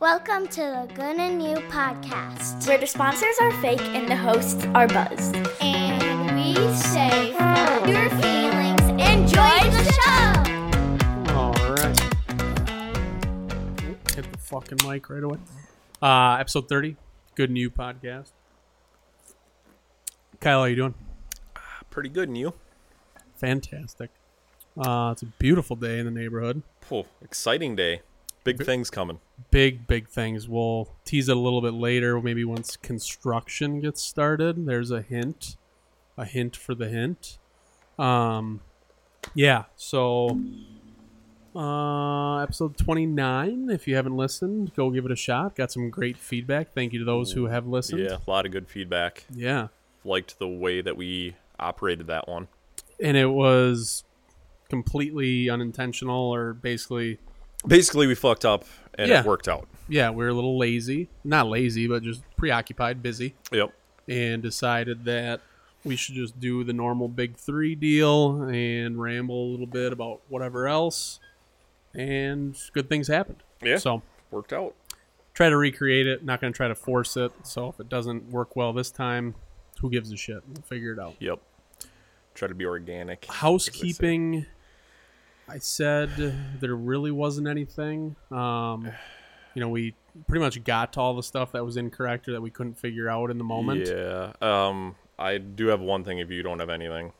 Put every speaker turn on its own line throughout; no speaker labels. Welcome to the Good and New podcast.
where the sponsors are fake and the hosts are buzzed.
And we say for your feelings, enjoy the show.
All right. Hit the fucking mic right away. Uh, episode 30, Good New Podcast. Kyle, how you doing?
pretty good, and you?
Fantastic. Uh, it's a beautiful day in the neighborhood.
Phew, exciting day. Big things coming.
Big, big things. We'll tease it a little bit later, maybe once construction gets started. There's a hint, a hint for the hint. Um, yeah, so uh, episode 29. If you haven't listened, go give it a shot. Got some great feedback. Thank you to those who have listened.
Yeah, a lot of good feedback.
Yeah.
Liked the way that we operated that one.
And it was completely unintentional or basically,
Basically, we fucked up and
Yeah.
it worked out.
yeah, we were a little lazy. Not lazy, but just preoccupied, busy.
Yep.
and decided that we should just do the normal big three deal and ramble a little bit about whatever else. And good things happened.
Yeah.
So
Worked out.
try to recreate it. Not going to try to force it. So if it doesn't work well this time, who gives a shit? We'll figure it out.
Yep. Try to be organic.
Housekeeping. I said there really wasn't anything. Um, you know, we pretty much got to all the stuff that was incorrect or that we couldn't figure out in the moment.
Yeah. Um, I do have one thing if you don't have anything.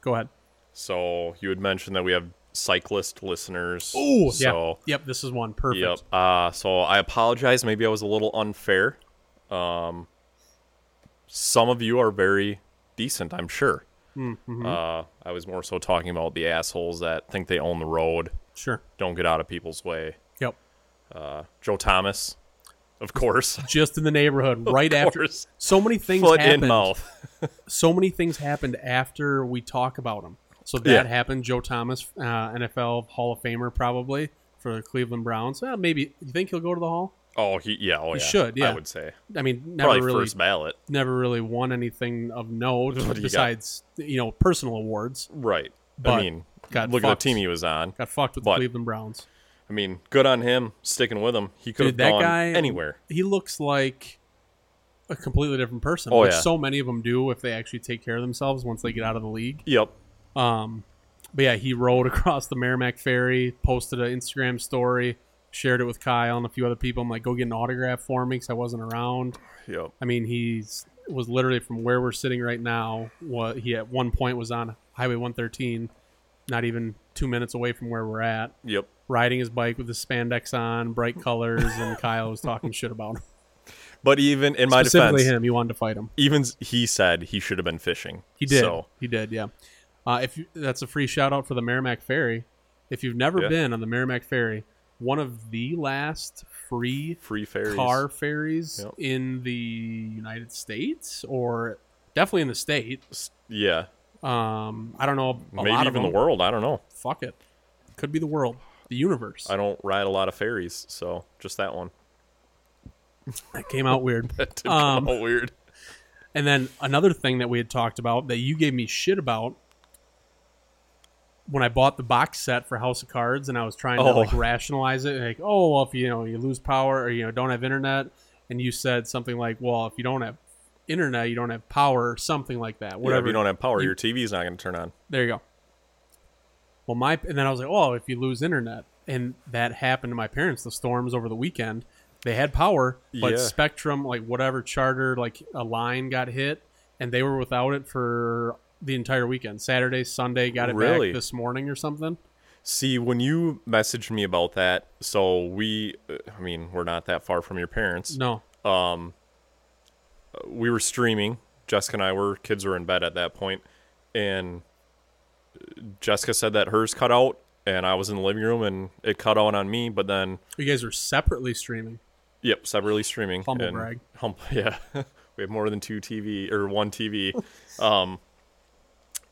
Go ahead.
So, you had mentioned that we have cyclist listeners.
Ooh,
so,
yeah. Yep, this is one. Perfect.
Yep. Uh, so I apologize. Maybe I was a little unfair. Um, some of you are very decent, I'm sure.
Mm, mm-hmm.
Uh, I was more so talking about the assholes that think they own the road,
Sure.
don't get out of people's way.
Yep.
Joe Thomas, of course,
Just in the neighborhood, right after.
course.
So many things
foot
happened.
in mouth.
So many things happened after we talk about him. So that
Yeah.
happened. Joe Thomas, uh, NFL Hall of Famer, probably for the Cleveland Browns. Uh, maybe you think he'll go to the Hall?
Oh, he yeah, oh yeah.
should, yeah.
I would say
I mean, never
probably
really,
first ballot.
never really won anything of note
what he got.
besides you know personal awards.
Right.
But
I mean,
got
look at
fucked.
the team he was on.
Got fucked with the
But-
Cleveland Browns.
I mean, good on him sticking with him. He could have
Dude, that
gone
guy
anywhere.
He looks like a completely different person,
Oh,
which
yeah.
so many of them do if they actually take care of themselves once they get out of the league.
Yep.
But yeah, he rode across the Merrimack Ferry, posted an Instagram story, shared it with Kyle and a few other people. I'm like, go get an autograph for me because I wasn't around.
Yep.
I mean, he's was literally from where we're sitting right now. What he at one point was on Highway 113, not even two minutes away from where we're at,
Yep.
riding his bike with his spandex on, bright colors, and Kyle was talking shit about him.
But even in my
Specifically
defense,
him. You wanted to fight him.
even s- he said he should have been fishing.
He did.
So
He did. Yeah. Uh, if you, that's a free shout out for the Merrimack Ferry. If you've never
Yeah.
been on the Merrimack Ferry, one of the last free
free ferries.
car ferries
Yep.
in the United States, or definitely in the state.
S- Yeah.
Um, I don't know. A
Maybe
lot
even
of them.
the world. I don't know.
Fuck it. Could be the world, the universe.
I don't ride a lot of ferries, so just that one.
That came out weird.
That did
Um,
come out weird.
And then another thing that we had talked about that you gave me shit about when I bought the box set for House of Cards and I was trying to
Oh.
like rationalize it like, oh well if you know you lose power or you know don't have internet and you said something like, Well, if you don't have internet, you don't have power or something like that.
Whatever.
Whatever
you don't have power,
you-
your TV's not going to turn on.
there you go. Well, my and then I was like, oh, if you lose internet, and that happened to my parents. The storms over the weekend, they had power, but
Yeah.
Spectrum, like whatever charter, like a line got hit, and they were without it for the entire weekend. Saturday, Sunday, got it
Really?
back this morning or something.
See, when you messaged me about that, so we, uh, I mean, we're not that far from your parents.
No,
we were streaming. Jessica and I were kids were in bed at that point, and uh, Jessica said that hers cut out, and I was in the living room, and it cut out on me. But then,
you guys are separately streaming.
yep, separately streaming.
Humble
and
brag.
Hum, yeah, we have more than two TV or one TV, um,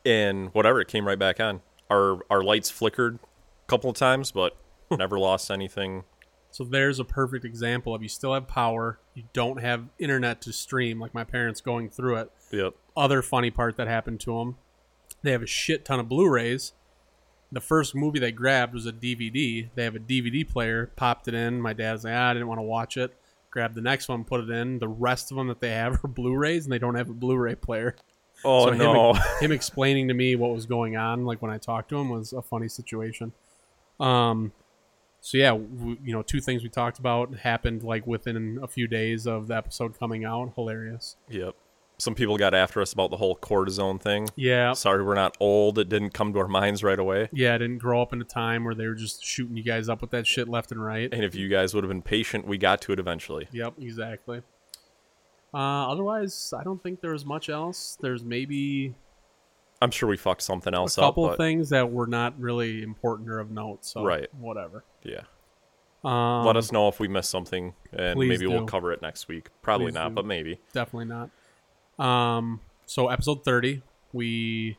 and whatever it came right back on. Our our lights flickered a couple of times, but never lost anything.
So there's a perfect example of you still have power, you don't have internet to stream, like my parents going through it.
Yep.
other funny part that happened to them. They have a shit ton of Blu-rays, the first movie they grabbed was a DVD. They have a DVD player, popped it in. My dad's like, ah, I didn't want to watch it. Grabbed the next one, put it in. The rest of them that they have are Blu-rays, and they don't have a Blu-ray player.
Oh
So
no.
him, him explaining to me what was going on, like when I talked to him, was a funny situation. Um, so yeah, w you know, two things we talked about happened like within a few days of the episode coming out. Hilarious.
yep. Some people got after us about the whole cortisone thing.
Yeah,
Sorry, we're not old. It didn't come to our minds right away.
yeah. I didn't grow up in a time where they were just shooting you guys up with that shit left and right.
And if you guys would have been patient, we got to it eventually.
Yep, exactly. Uh, otherwise, I don't think there was much else. There's maybe
I'm sure we fucked something
a
else
couple
up. But
things that were not really important or of note. So
Right.
whatever.
yeah.
Um,
Let us know if we missed something and
please
maybe we'll
do.
cover it next week. Probably
Please
not,
do.
but maybe.
Definitely not. Um, so episode thirty, we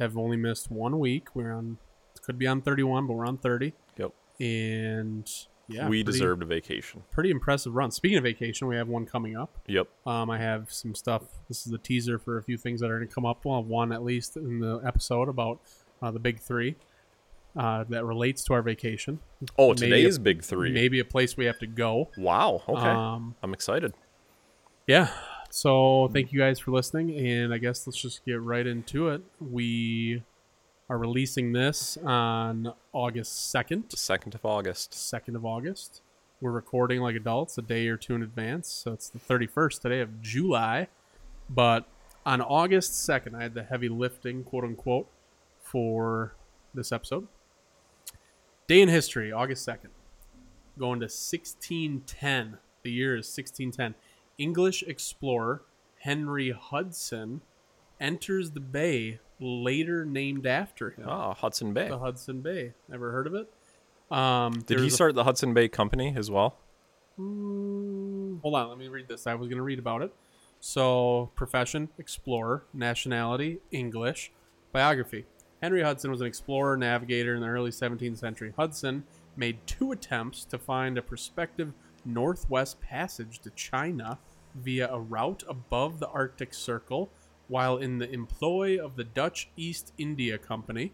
have only missed one week. We're on could be on thirty one, but we're on thirty,
Yep.
and yeah,
we
pretty-
deserved a vacation.
pretty impressive run. Speaking of vacation, we have one coming up.
Yep.
Um, I have some stuff. This is a teaser for a few things that are going to come up. Well, one at least in the episode about uh, the big three uh, that relates to our vacation.
Oh,
Maybe
today's
a-
big three.
Maybe a place we have to go.
Wow. Okay.
Um,
I'm excited.
yeah. So thank you guys for listening, and I guess let's just get right into it. We are releasing this on August second,
Second of August.
second of August. We're recording like adults a day or two in advance, so it's the thirty first today of July. But on August second, I had the heavy lifting, quote unquote, for this episode. Day in history, August second going to 1610. The year is 1610. English explorer Henry Hudson enters the bay later named after him.
Ah, Hudson Bay.
The Hudson Bay. Ever heard of it? Um,
Did
there's
he
a-
start the Hudson Bay Company as well?
Hold on, let me read this. I was going to read about it. So, profession, explorer, nationality, English, biography. Henry Hudson was an explorer, navigator in the early 17th century. Hudson made two attempts to find a prospective northwest passage to China via a route above the Arctic Circle while in the employ of the Dutch East India Company.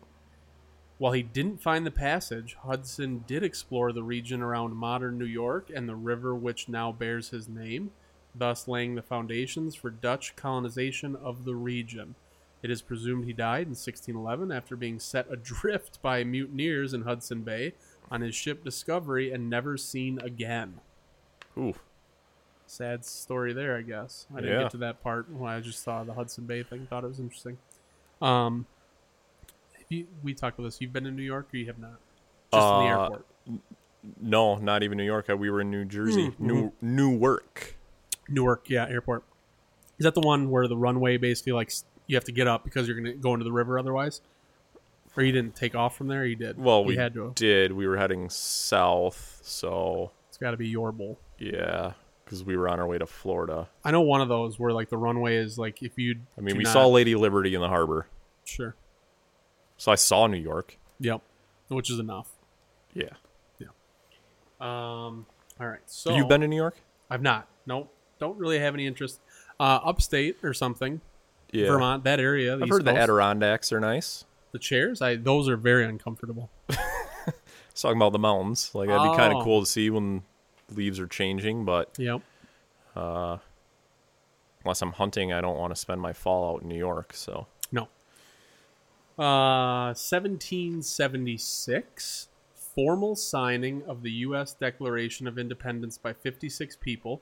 While he didn't find the passage, Hudson did explore the region around modern New York and the river which now bears his name, thus laying the foundations for Dutch colonization of the region. It is presumed he died in 1611 after being set adrift by mutineers in Hudson Bay on his ship Discovery and never seen again.
Ooh.
Sad story there, I guess. I didn't
Yeah.
get to that part when I just saw the Hudson Bay thing. Thought it was interesting. Um, have you, we talked about this. You've been in New York, or you have not? Just in the
Uh,
airport.
No, not even New York. Uh, We were in New Jersey.
Hmm,
New Newark.
Newark, yeah, airport. Is that the one where the runway basically like s- you have to get up because you're going to go into the river otherwise? Or you didn't take off from there? You did.
Well,
you
we
had to.
did. We were heading south, so
It's got to be your bowl.
yeah, because we were on our way to Florida.
I know one of those where like the runway is like if you.
I mean, we saw Lady Liberty in the harbor,
Sure.
so I saw New York.
Yep. Which is enough.
Yeah,
Um. All right. So
you been to New York?
I've not. Nope. Don't really have any interest. Uh, upstate or something.
Yeah,
Vermont, that area. the
I've
East
heard the
Coast.
Adirondacks are nice.
The chairs, I those are very uncomfortable.
I was talking about the mountains, like that'd be kind
Oh.
of cool to see when leaves are changing. But
Yep.
unless I'm hunting, I don't want to spend my fall out in New York. So
No. Uh, 1776, formal signing of the U.S. Declaration of Independence by 56 people.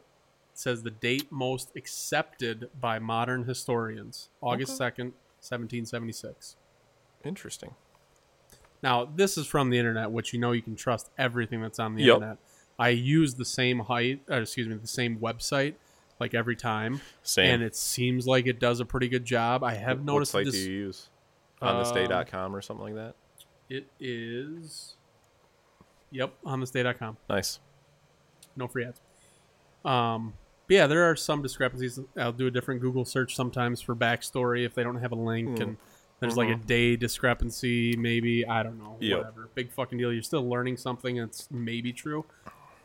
It says the date most accepted by modern historians, August 2nd, 1776.
interesting.
Now, this is from the internet, which you know you can trust everything that's on the
Yep.
internet. I use the same height, or excuse me, the same website like every time,
Same.
and it seems like it does a pretty good job. I have
What
noticed that
site
this, Uh,
do you use? On this day.com or something like that.
It is. Yep, onthesday.com.
Nice.
No free ads. Um, but yeah, there are some discrepancies. I'll do a different Google search sometimes for backstory if they don't have a link, and there's like a day discrepancy, maybe. I don't know.
Yep.
Whatever. Big fucking deal. You're still learning something that's maybe true.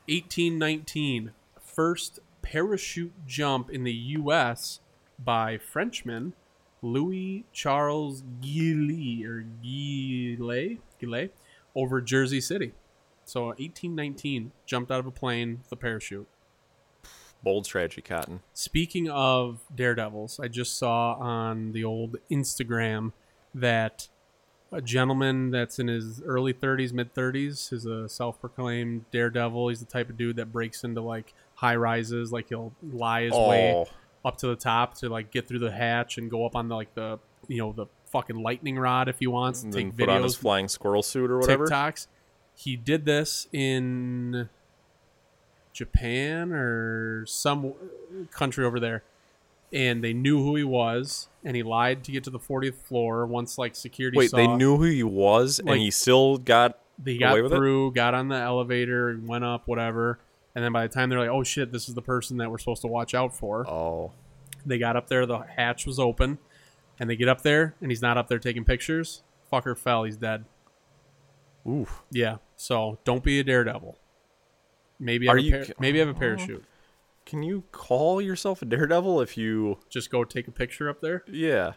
1819, first parachute jump in the U.S. by Frenchman Louis Charles Gilly or Gillet, Gillet over Jersey City. So 1819 jumped out of a plane with a parachute.
Bold strategy, Cotton.
Speaking of daredevils, I just saw on the old Instagram that a gentleman that's in his early 30s, mid 30s, is a self proclaimed daredevil. He's the type of dude that breaks into like high rises, like he'll lie his way
Oh.
up to the top to like get through the hatch and go up on the like the you know the fucking lightning rod if he wants and
And
take
then put on his
videos
flying squirrel suit or whatever.
TikToks. He did this in Japan or some country over there, and they knew who he was, and he lied to get to the 40th floor. Once like security,
Wait,
saw,
they knew who he was,
Like-
and he still got
They got
away with it.
through, got on the elevator, went up, whatever. And then by the time they're like, "Oh shit, this is the person that we're supposed to watch out for,"
Oh,
they got up there. The hatch was open, and they get up there, and he's not up there taking pictures. Fucker fell. He's dead.
oof.
Yeah. So don't be a daredevil. Maybe
Are
have a
you
par-
ki- oh.
maybe have a parachute.
Can you call yourself a daredevil if you?
Just go take a picture up there.
Yeah.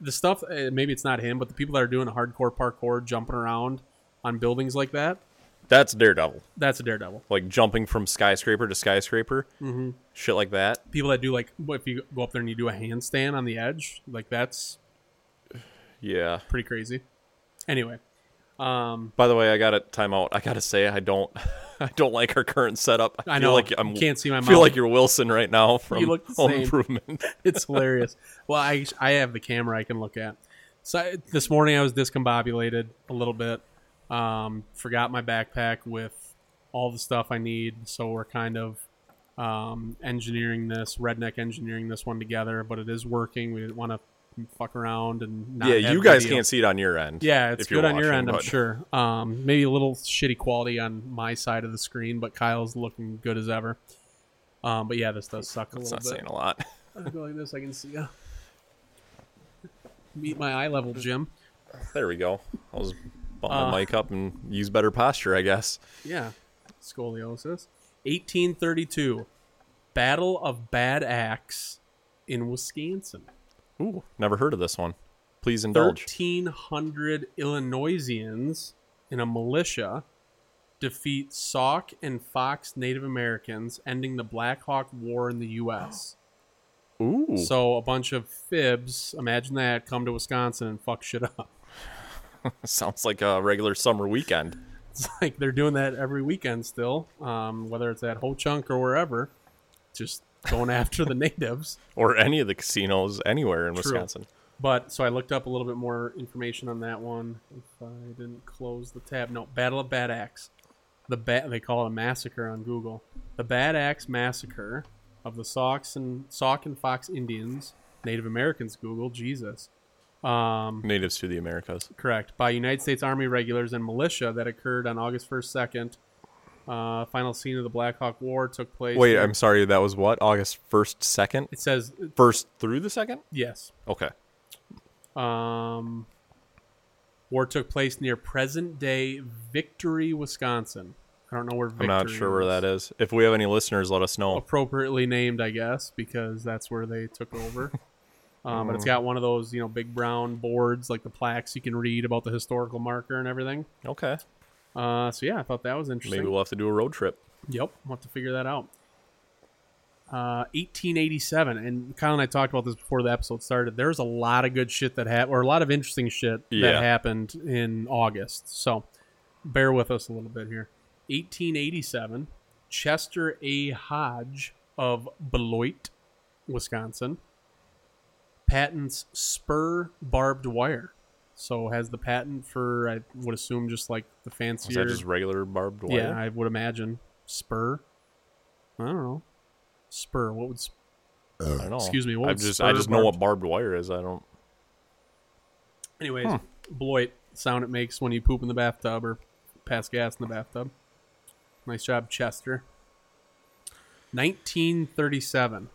The stuff eh, maybe it's not him, but the people that are doing hardcore parkour, jumping around on buildings like that,
That's Daredevil.
that's a daredevil.
Like jumping from skyscraper to skyscraper. Mm-hmm. Shit like that.
People that do like if you go up there and you do a handstand on the edge, like that's
Yeah.
pretty crazy. Anyway,
By the way, I got to time out. I got to say, I don't, I don't like our current setup.
I
feel
know.
Like I'm,
You can't see my
Feel
mouth.
like you're Wilson right now from
You look the
Home
same.
Improvement.
it's hilarious. Well, I I have the camera I can look at. So I, this morning I was discombobulated a little bit. Um, forgot my backpack with all the stuff I need, so we're kind of um, engineering this redneck engineering this one together. But it is working. We didn't want to fuck around and not
yeah,
have
you guys
video.
can't see it on your end.
Yeah, it's
if you're
good on your
watching,
end, I'm
but-
sure. Um, maybe a little shitty quality on my side of the screen, but Kyle's looking good as ever. Um, but yeah, this does suck a
It's
little
not
bit.
saying a lot.
I go like this, I can see ya. Meet my eye level, Jim.
There we go. I'll just bump
Uh,
my mic up and use better posture, I guess.
Yeah. Scoliosis. 1832. Battle of Bad Axe in Wisconsin.
Ooh, never heard of this one. Please indulge.
1,300 Illinoisians in a militia defeat Sauk and Fox Native Americans, ending the Black Hawk War in the U.S.
Ooh,
So a bunch of fibs, imagine that, come to Wisconsin and fuck shit up.
sounds like a regular summer weekend.
it's like they're doing that every weekend still, um, whether it's at Ho Chunk or wherever, just going after the natives.
or any of the casinos anywhere in
True.
Wisconsin.
But so I looked up a little bit more information on that one. If I didn't close the tab, no Battle of Bad Axe. The bat they call it a massacre on Google. The Bad Axe massacre of the Sox and Sauk and Fox Indians, Native Americans. Google Jesus. Um,
Natives to the Americas.
Correct. By United States Army regulars and militia that occurred on August 1st, 2nd. Uh, final scene of the Black Hawk War took place.
Wait,
near-
I'm sorry. That was what? August 1st, 2nd?
It says, uh,
1st through the 2nd?
yes.
Okay.
Um, war took place near present day Victory, Wisconsin. I don't know where
I'm
Victory
not sure where
is.
that is. If we have any listeners, let us know.
Appropriately named, I guess, because that's where they took over. um,
Mm.
but it's got one of those, you know, big brown boards, like the plaques you can read about the historical marker and everything.
Okay.
Uh, so, yeah, I thought that was Oh, interesting.
Maybe we'll have to do a road trip.
Yep, we'll have to figure that out. Uh, 1887, and Kyle and I talked about this before the episode started. There's a lot of good shit that happened, or a lot of interesting shit
Yeah.
that happened in August. So bear with us a little bit here. 1887, Chester A. Hodge of Beloit, Wisconsin, patents spur barbed wire. So has the patent for I would assume just like the
Is
fancier
that just regular barbed wire?
yeah, I would imagine spur. I don't know. Spur. What would? sp-
I don't know.
Excuse me, what
I
was
just,
spur
I just know what
barbed-
barbed wire is. I don't.
Anyways, Bloit sound it makes when you poop in the bathtub or pass gas in the bathtub. Nice job, Chester. 1937.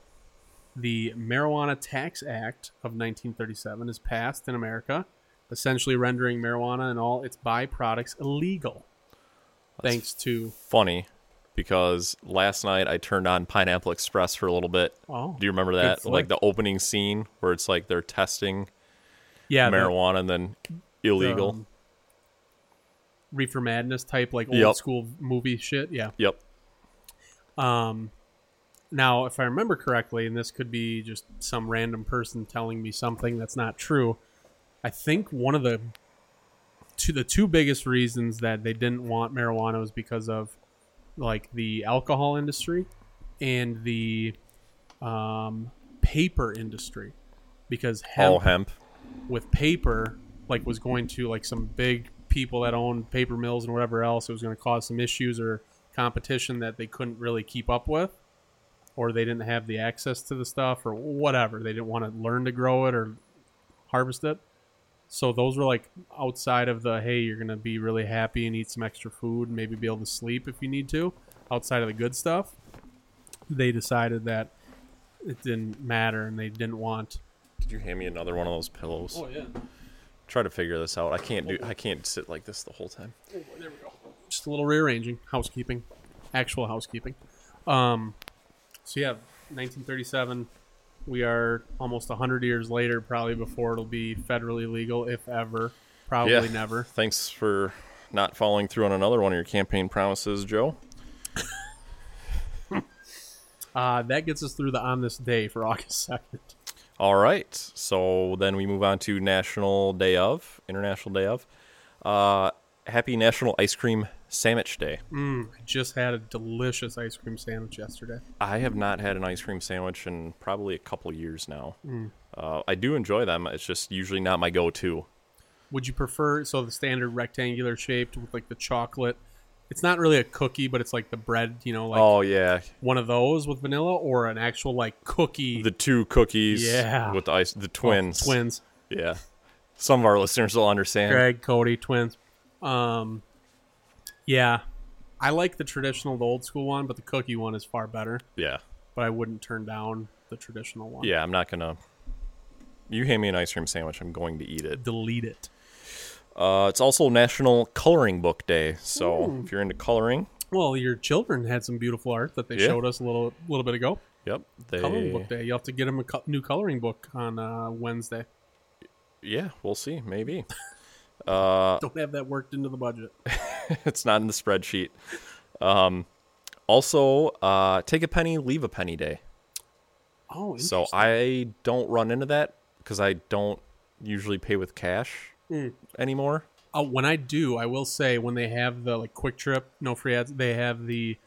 The Marijuana Tax Act of 1937 is passed in America, essentially rendering marijuana and all its byproducts illegal. thanks to
Funny. because last night I turned on Pineapple Express for a little bit.
Oh,
Do you remember
good
that?
flick.
Like the opening scene where it's like they're testing
yeah, the-
marijuana and then
the,
illegal.
um, Reefer Madness type, like old
Yep.
school movie shit. Yeah.
yep.
Um, now, if I remember correctly, and this could be just some random person telling me something that's not true, I think one of the two the two biggest reasons that they didn't want marijuana was because of like the alcohol industry and the um, paper industry, because hemp
All hemp.
with paper like was going to like some big people that own paper mills and whatever else it was going to cause some issues or competition that they couldn't really keep up with or they didn't have the access to the stuff or whatever they didn't want to learn to grow it or harvest it so those were like outside of the hey you're going to be really happy and eat some extra food and maybe be able to sleep if you need to outside of the good stuff they decided that it didn't matter and they didn't want
Did you hand me another one of those pillows?
yeah
Try to figure this out. I can't do. I can't sit like this the whole time.
just a little rearranging, housekeeping, actual housekeeping. Um, so yeah, 1937. We are almost 100 years later, probably before it'll be federally legal, if ever. Probably
yeah.
never.
Thanks for not following through on another one of your campaign promises, Joe.
Uh, that gets us through the on this day for August 2nd.
All right. So then we move on to National Day of, International Day of. Uh, happy National Ice Cream Sandwich Day.
Mm, I just had a delicious ice cream sandwich yesterday.
I have not had an ice cream sandwich in probably a couple years now.
Hmm.
Uh, I do enjoy them. It's just usually not my go-to.
Would you prefer so the standard rectangular shaped with like the chocolate? It's not really a cookie, but it's like the bread, you know, like
oh yeah,
one of those with vanilla, or an actual like cookie
the two cookies.
Yeah. Oh,
With the ice, the twins.
twins.
Yeah. Some of our listeners will understand.
Greg, Cody, twins. Um, yeah, I like the traditional, the old school one, but the cookie one is far better.
Yeah.
But I wouldn't turn down the traditional one.
Yeah. I'm not gonna. You hand me an ice cream sandwich. I'm going to eat it.
delete it.
Uh, it's also National Coloring Book Day. So
Hmm.
if you're into coloring,
Well, your children had some beautiful art that they
Yeah.
showed us a little little bit ago.
yep. They,
Coloring book day. You have to get them a co- new coloring book on uh, Wednesday.
Yeah. We'll see. Maybe. Uh,
Don't have that worked into the budget.
it's not in the spreadsheet. Um, also, uh, take a penny, leave a penny day.
Oh,
So
interesting.
I don't run into that because I don't usually pay with cash
Hmm.
anymore.
Uh, when I do, I will say when they have the like Quick Trip, no free ads. They have the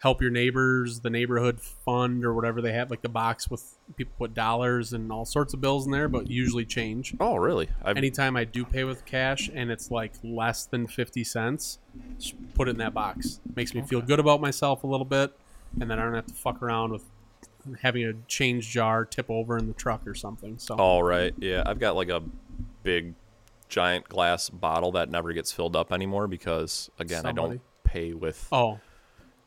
help your neighbors, the neighborhood fund or whatever they have, like the box with people put dollars and all sorts of bills in there, but usually change.
Oh, really? I've,
Anytime I do pay with cash and it's like less than fifty cents, just put it in that box. Makes me feel good about myself a little bit, and then I don't have to fuck around with having a change jar tip over in the truck or something. So
All right. Yeah, I've got like a big, giant glass bottle that never gets filled up anymore because again, I
Somebody.
don't pay with
oh,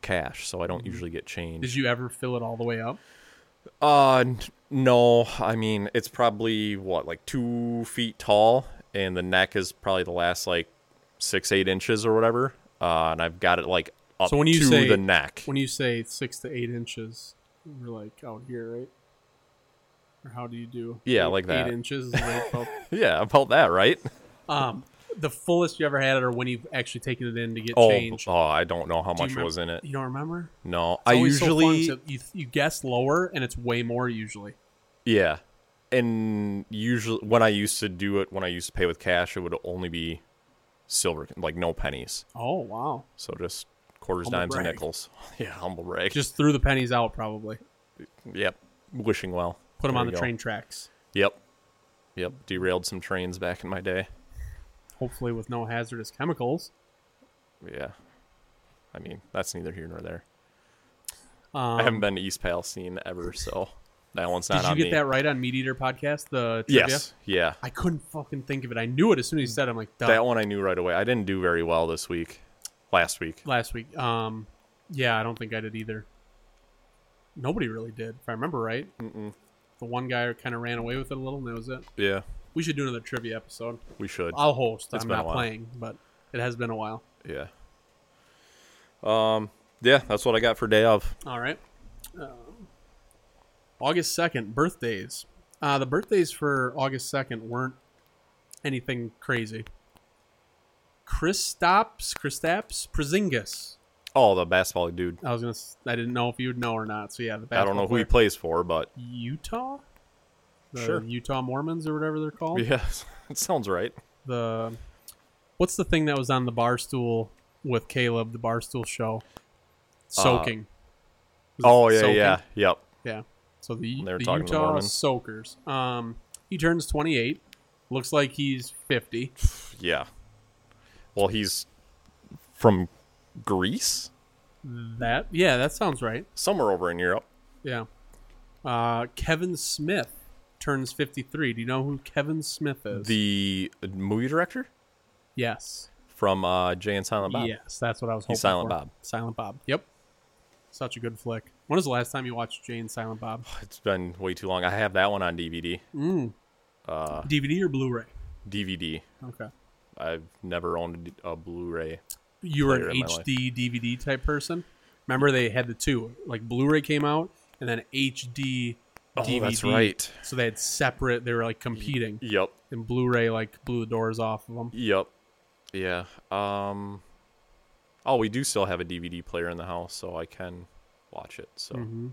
Mm-hmm.
cash, so I don't usually get change.
did you ever fill it all the way up?
Uh, n- no. I mean, it's probably what like two feet tall, and the neck is probably the last like six, eight inches or whatever. Uh, and I've got it like up
So when you
to
say-
the neck.
When you say six to eight inches, you're like out here, right? Or how do you do?
Yeah,
Eight-
like that.
Eight inches. Is like about-
yeah, about that, right?
um, the fullest you ever had it, or when you've actually taken it in to get
Oh,
change.
oh, I don't know how
Do you
much
remem-
was in it.
You don't remember?
No,
It's
I
always so fun,
usually
so you, you guess lower, and it's way more usually.
Yeah. And usually when I used to do it, when I used to pay with cash, it would only be silver, like no pennies.
Oh wow!
So just quarters,
Humble
dimes, and
brag.
nickels. Yeah, humble brag.
Just threw the pennies out, probably.
yep. Wishing well.
Put them
There
on
you
the
go.
train tracks,
Yep. Yep. Derailed some trains back in my day.
hopefully with no hazardous chemicals.
Yeah. I mean, that's neither here nor there. I
Um,
haven't been to East Palestine ever, so that one's not
did you
on
get
me.
that right on Meat Eater podcast? The trivia?
Yes. Yeah.
I couldn't fucking think of it. I knew it as soon as you said. it. I'm like, Duh.
That one I knew right away. I didn't do very well this week. Last week.
last week. Um, yeah, I don't think I did either. Nobody really did, if I remember right. Mm-mm. The one guy kind of ran away with it a little, and that was it.
Yeah.
We should do another trivia episode.
We should.
I'll host.
It's
I'm
been a
not
while.
playing, but it has been a while.
Yeah. Um, yeah, that's what I got for day of.
All right. Uh, August 2nd, birthdays. Uh, the birthdays for August 2nd weren't anything crazy. Kristaps, Kristaps Przingis.
Oh, the basketball dude.
I was gonna. s- I didn't know if you would know or not. So yeah, the
I don't
basketball
know who he
player.
plays for, but
Utah. The
Sure.
Utah Mormons or whatever they're called.
yeah, it sounds right.
The what's the thing that was on the bar stool with Caleb? The bar stool show. Soaking. Was it
Uh, Oh yeah,
soaking?
yeah, yep.
Yeah. So the,
They were
the
talking to the
Utah
Mormons.
Soakers. Um, he turns 28. Looks like he's 50.
Yeah. Well, he's from Greece,
That yeah, that sounds right.
somewhere over in Europe.
Yeah. Uh, Kevin Smith turns 53. Do you know who Kevin Smith is?
The movie director
yes.
from uh, Jay and Silent Bob.
Yes, that's what I was hoping
He's Silent
for.
Bob.
Silent Bob. Yep. Such a good flick. When was the last time you watched Jane Silent Bob?
It's been way too long. I have that one on DVD.
DVD or Blu-ray?
DVD.
Okay.
I've never owned a D- a, Blu-ray.
You were
Player
an
in my life.
HD DVD type person. Remember they had the two, like Blu-ray came out and then HD DVD.
Oh, that's right.
So they had separate. They were like competing,
Yep.
and Blu-ray like blew the doors off of them.
Yep. Yeah. Um. Oh, we do still have a DVD player in the house, so I can watch it. So,
Mm-hmm.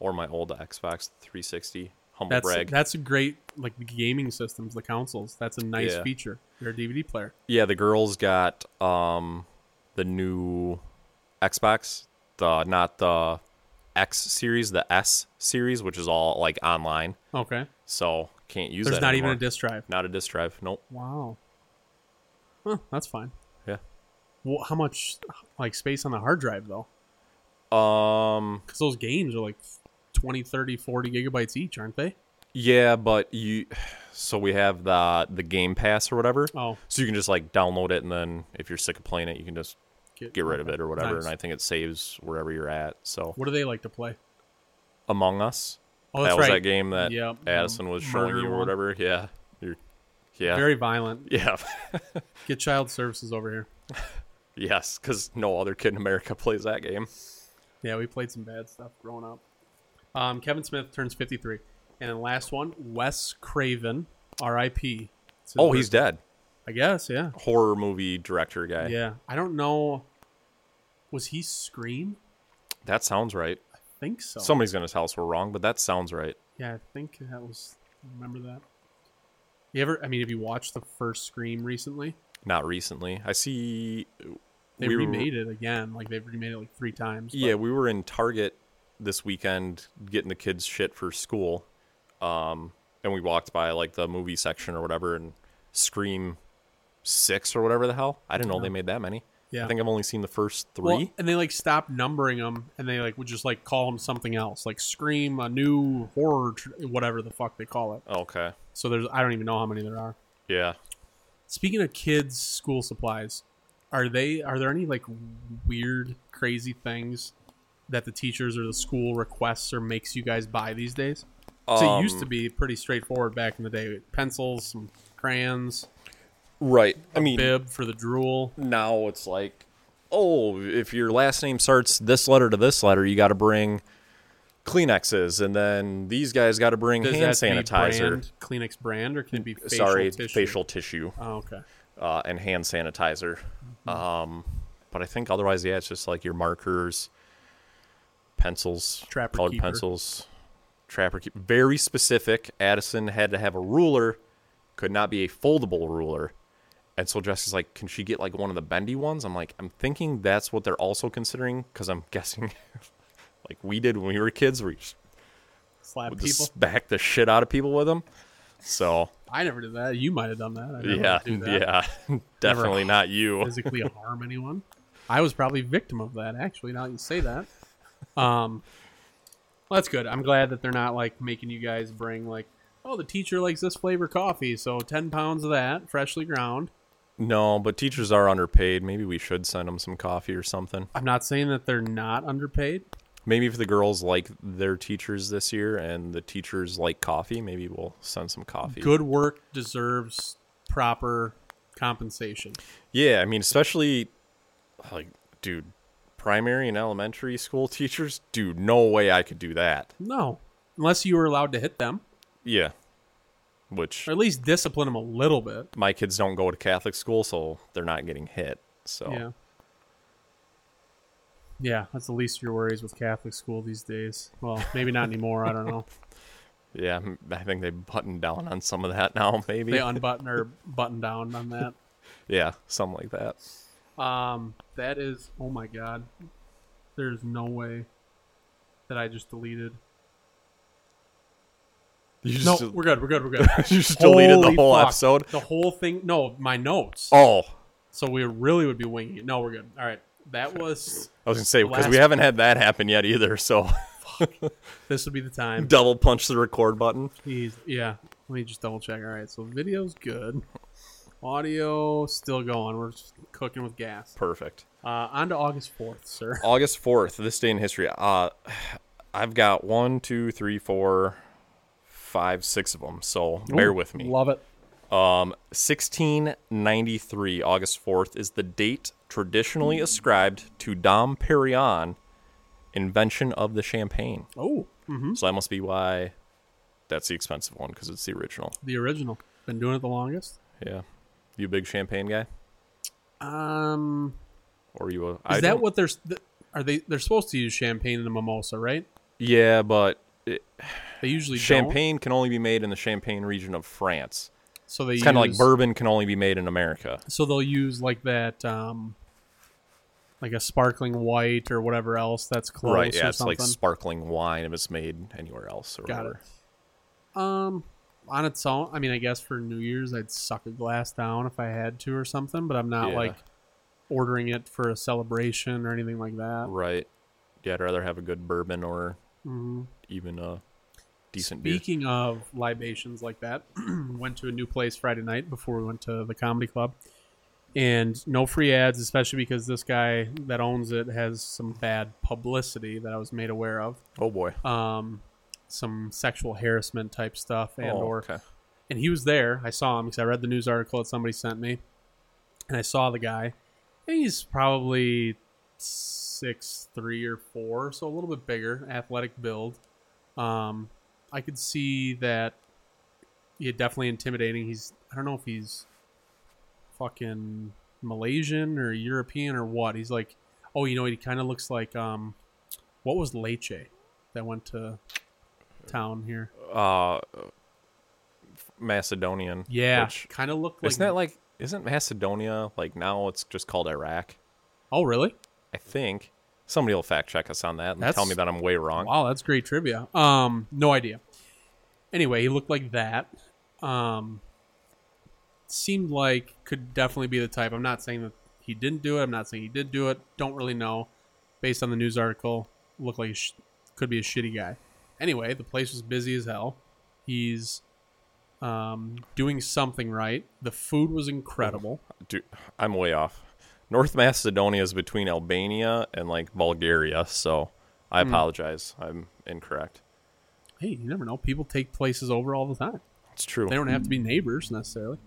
or my old Xbox 360. Humble
That's
brag.
that's a great like the gaming systems, the consoles. That's a nice
Yeah.
feature. Your DVD player.
yeah, the girls got um the new Xbox, the not the X series, the S series, which is all like online.
Okay.
So can't use.
There's
that
not
anymore.
even a disk drive.
Not a disk drive. Nope.
Wow. Huh, that's fine.
Yeah.
Well, how much like space on the hard drive though?
Um.
Because those games are like 20, 30, 40 gigabytes each, aren't they?
Yeah, but you. So we have the the Game Pass or whatever.
Oh.
So you can just like download it, and then if you're sick of playing it, you can just get rid of it or whatever.
Nice.
And I think it saves wherever you're at. So
What do they like to play?
Among Us.
Oh,
that
that's
was
right.
that game that
Yep.
Addison was showing
Murder
you
one.
or whatever. Yeah. You're, yeah.
Very violent.
yeah.
Get child services over here.
yes, because no other kid in America plays that game.
Yeah, we played some bad stuff growing up. Um, Kevin Smith turns 53. And then last one, Wes Craven, R.I.P. It's his
Oh, he's
birth-
dead.
I guess, yeah.
Horror movie director guy.
Yeah. I don't know. Was he Scream?
That sounds right.
I think so.
Somebody's gonna tell us we're wrong, but that sounds right.
Yeah, I think that was. I remember that. You ever? I mean, have you watched the first Scream recently?
Not recently. I see.
They
we were-
remade it again. Like they've remade it like three times. but-
Yeah, we were in Target this weekend getting the kids shit for school. Um, and we walked by like the movie section or whatever and Scream 6 or whatever the hell. I didn't know they made that many.
Yeah.
I think I've only seen the first 3.
Well, and they like stopped numbering them, and they like would just like call them something else, like Scream, a new horror, tr- whatever the fuck they call it.
Oh, okay.
So there's, I don't even know how many there are.
Yeah.
Speaking of kids' school supplies, are they? Are there any like weird, crazy things that the teachers or the school requests or makes you guys buy these days? So it used to
Um,
be pretty straightforward back in the day: pencils, some crayons,
Right. I mean,
bib for the drool.
now it's like, oh, if your last name starts this letter to this letter, you got to bring Kleenexes, and then these guys got to bring
Does
hand
that have to be
sanitizer.
brand, Kleenex brand, or can it be facial
Sorry,
tissue?
facial tissue
Oh, okay.
uh, and hand sanitizer.
Mm-hmm.
Um, but I think otherwise, yeah, it's just like your markers, pencils,
Trapper
colored
keeper.
pencils, trapper. Keep- very specific. Addison had to have a ruler, could not be a foldable ruler. And so Jess is like, can she get like one of the bendy ones? I'm like, I'm thinking that's what they're also considering because I'm guessing, like we did when we were kids, where you just
Slap
would
people.
just smack the shit out of people with them. So
I never did that. You might have done that. I never
yeah,
do that.
yeah, definitely not you.
physically harm anyone. I was probably victim of that actually. Now that you say that, um, well, that's good. I'm glad that they're not like making you guys bring like, oh, the teacher likes this flavor coffee, so ten pounds of that, freshly ground.
No, but teachers are underpaid. Maybe we should send them some coffee or something.
I'm not saying that they're not underpaid.
Maybe if the girls like their teachers this year and the teachers like coffee, maybe we'll send some coffee.
Good work deserves proper compensation.
Yeah, I mean, especially like, dude, primary and elementary school teachers, dude, no way I could do that.
No, unless you were allowed to hit them,
Yeah. Which
or at least discipline them a little bit.
my kids don't go to Catholic school, so they're not getting hit. So
Yeah. Yeah, that's the least of your worries with Catholic school these days. Well, maybe not anymore. I don't know.
yeah, m- I think they buttoned down on some of that now, maybe.
They unbutton or button down on that.
yeah, something like that.
Um, that is. Oh my god. There's no way that I just deleted.
You just,
No,
del-
we're good. We're good. We're good.
you just deleted the
Holy
whole
fuck.
episode.
The whole thing. No, my notes.
Oh,
So we really would be winging it. No, we're good. All right. That was.
I was gonna say because
Last-
we haven't had that happen yet either. So
This would be the time.
double punch the record button.
Please. Yeah. Let me just double check. All right. So video's good. Audio still going. We're just cooking with gas.
Perfect.
Uh, on to August 4th, sir.
August fourth, this day in history. Uh, I've got one, two, three, four, five, six of them. So bear with me.
Love it.
1693, August 4th, is the date traditionally ascribed to Dom Perignon, invention of the champagne.
Oh,
So that must be why that's the expensive one because it's the original.
the original. Been doing it the longest.
Yeah. You a big champagne guy?
Um,
Or you a. Is
Is that what they're th- are they they're supposed to use champagne in a mimosa, right?
Yeah, but it,
They usually
champagne can only be made in the Champagne region of France.
Don't, so they
It's kind of like
use-
bourbon can only be made in America.
So they'll use like that, um, like a sparkling white or whatever else that's close
right.
or
Yeah. It's
something.
like sparkling wine if it's made anywhere else or
Got
whatever.
it. Um, on its own, I mean, I guess for New Year's I'd suck a glass down if I had to or something, but I'm not
Yeah.
like ordering it for a celebration or anything like that.
Right. Yeah, I'd rather have a good bourbon or
Mhm.
even a decent beer.
Speaking of libations like that, went to a new place Friday night before we went to the comedy club. And no free ads, especially because this guy that owns it has some bad publicity that I was made aware of.
Oh boy.
Um, some sexual harassment type stuff and
oh,
or
okay.
and he was there. I saw him because I read the news article that somebody sent me, and I saw the guy. And he's probably six three or four, so a little bit bigger, athletic build. Um, I could see that. Yeah, definitely intimidating. He's I don't know if he's fucking Malaysian or European or what. He's like, oh, you know, he kind of looks like um, what was Leche that went to town here?
Uh, Macedonian.
Yeah,
Which,
kind of looked like
isn't that like isn't Macedonia like now it's just called Iraq?
Oh, really?
I think somebody will fact check us on that and tell
That's-
me that I'm way wrong.
Wow, that's great trivia. Um, no idea. Anyway, he looked like that. Um, seemed like could definitely be the type. I'm not saying that he didn't do it. I'm not saying he did do it. Don't really know. Based on the news article, looked like he sh- could be a shitty guy. Anyway, the place was busy as hell. He's um, doing something right. The food was incredible.
Dude, I'm way off. North Macedonia is between Albania and like Bulgaria, so I
Hmm.
apologize. I'm incorrect.
Hey, you never know. People take places over all the time.
It's true.
They don't have to be neighbors necessarily.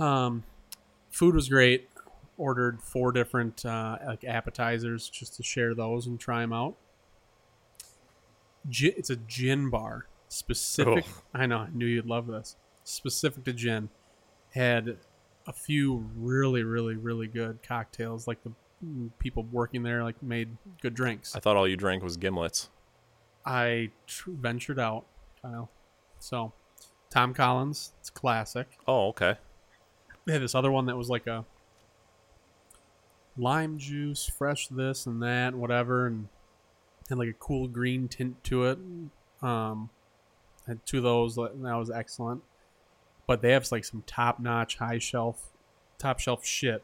Um, food was great. Ordered four different uh, like appetizers just to share those and try them out. Gin, it's a gin bar specific.
Ugh.
I know. I knew you'd love this. Specific to gin, had a few really, really, really good cocktails. Like the mm, people working there like made good drinks.
I thought all you drank was gimlets.
I tr- ventured out, Kyle. So, Tom Collins, it's classic.
Oh, okay.
They had this other one that was like a lime juice, fresh this and that, whatever, and had like a cool green tint to it. Um, had two of those, like, and that was excellent. But they have like some top notch, high shelf, top shelf shit.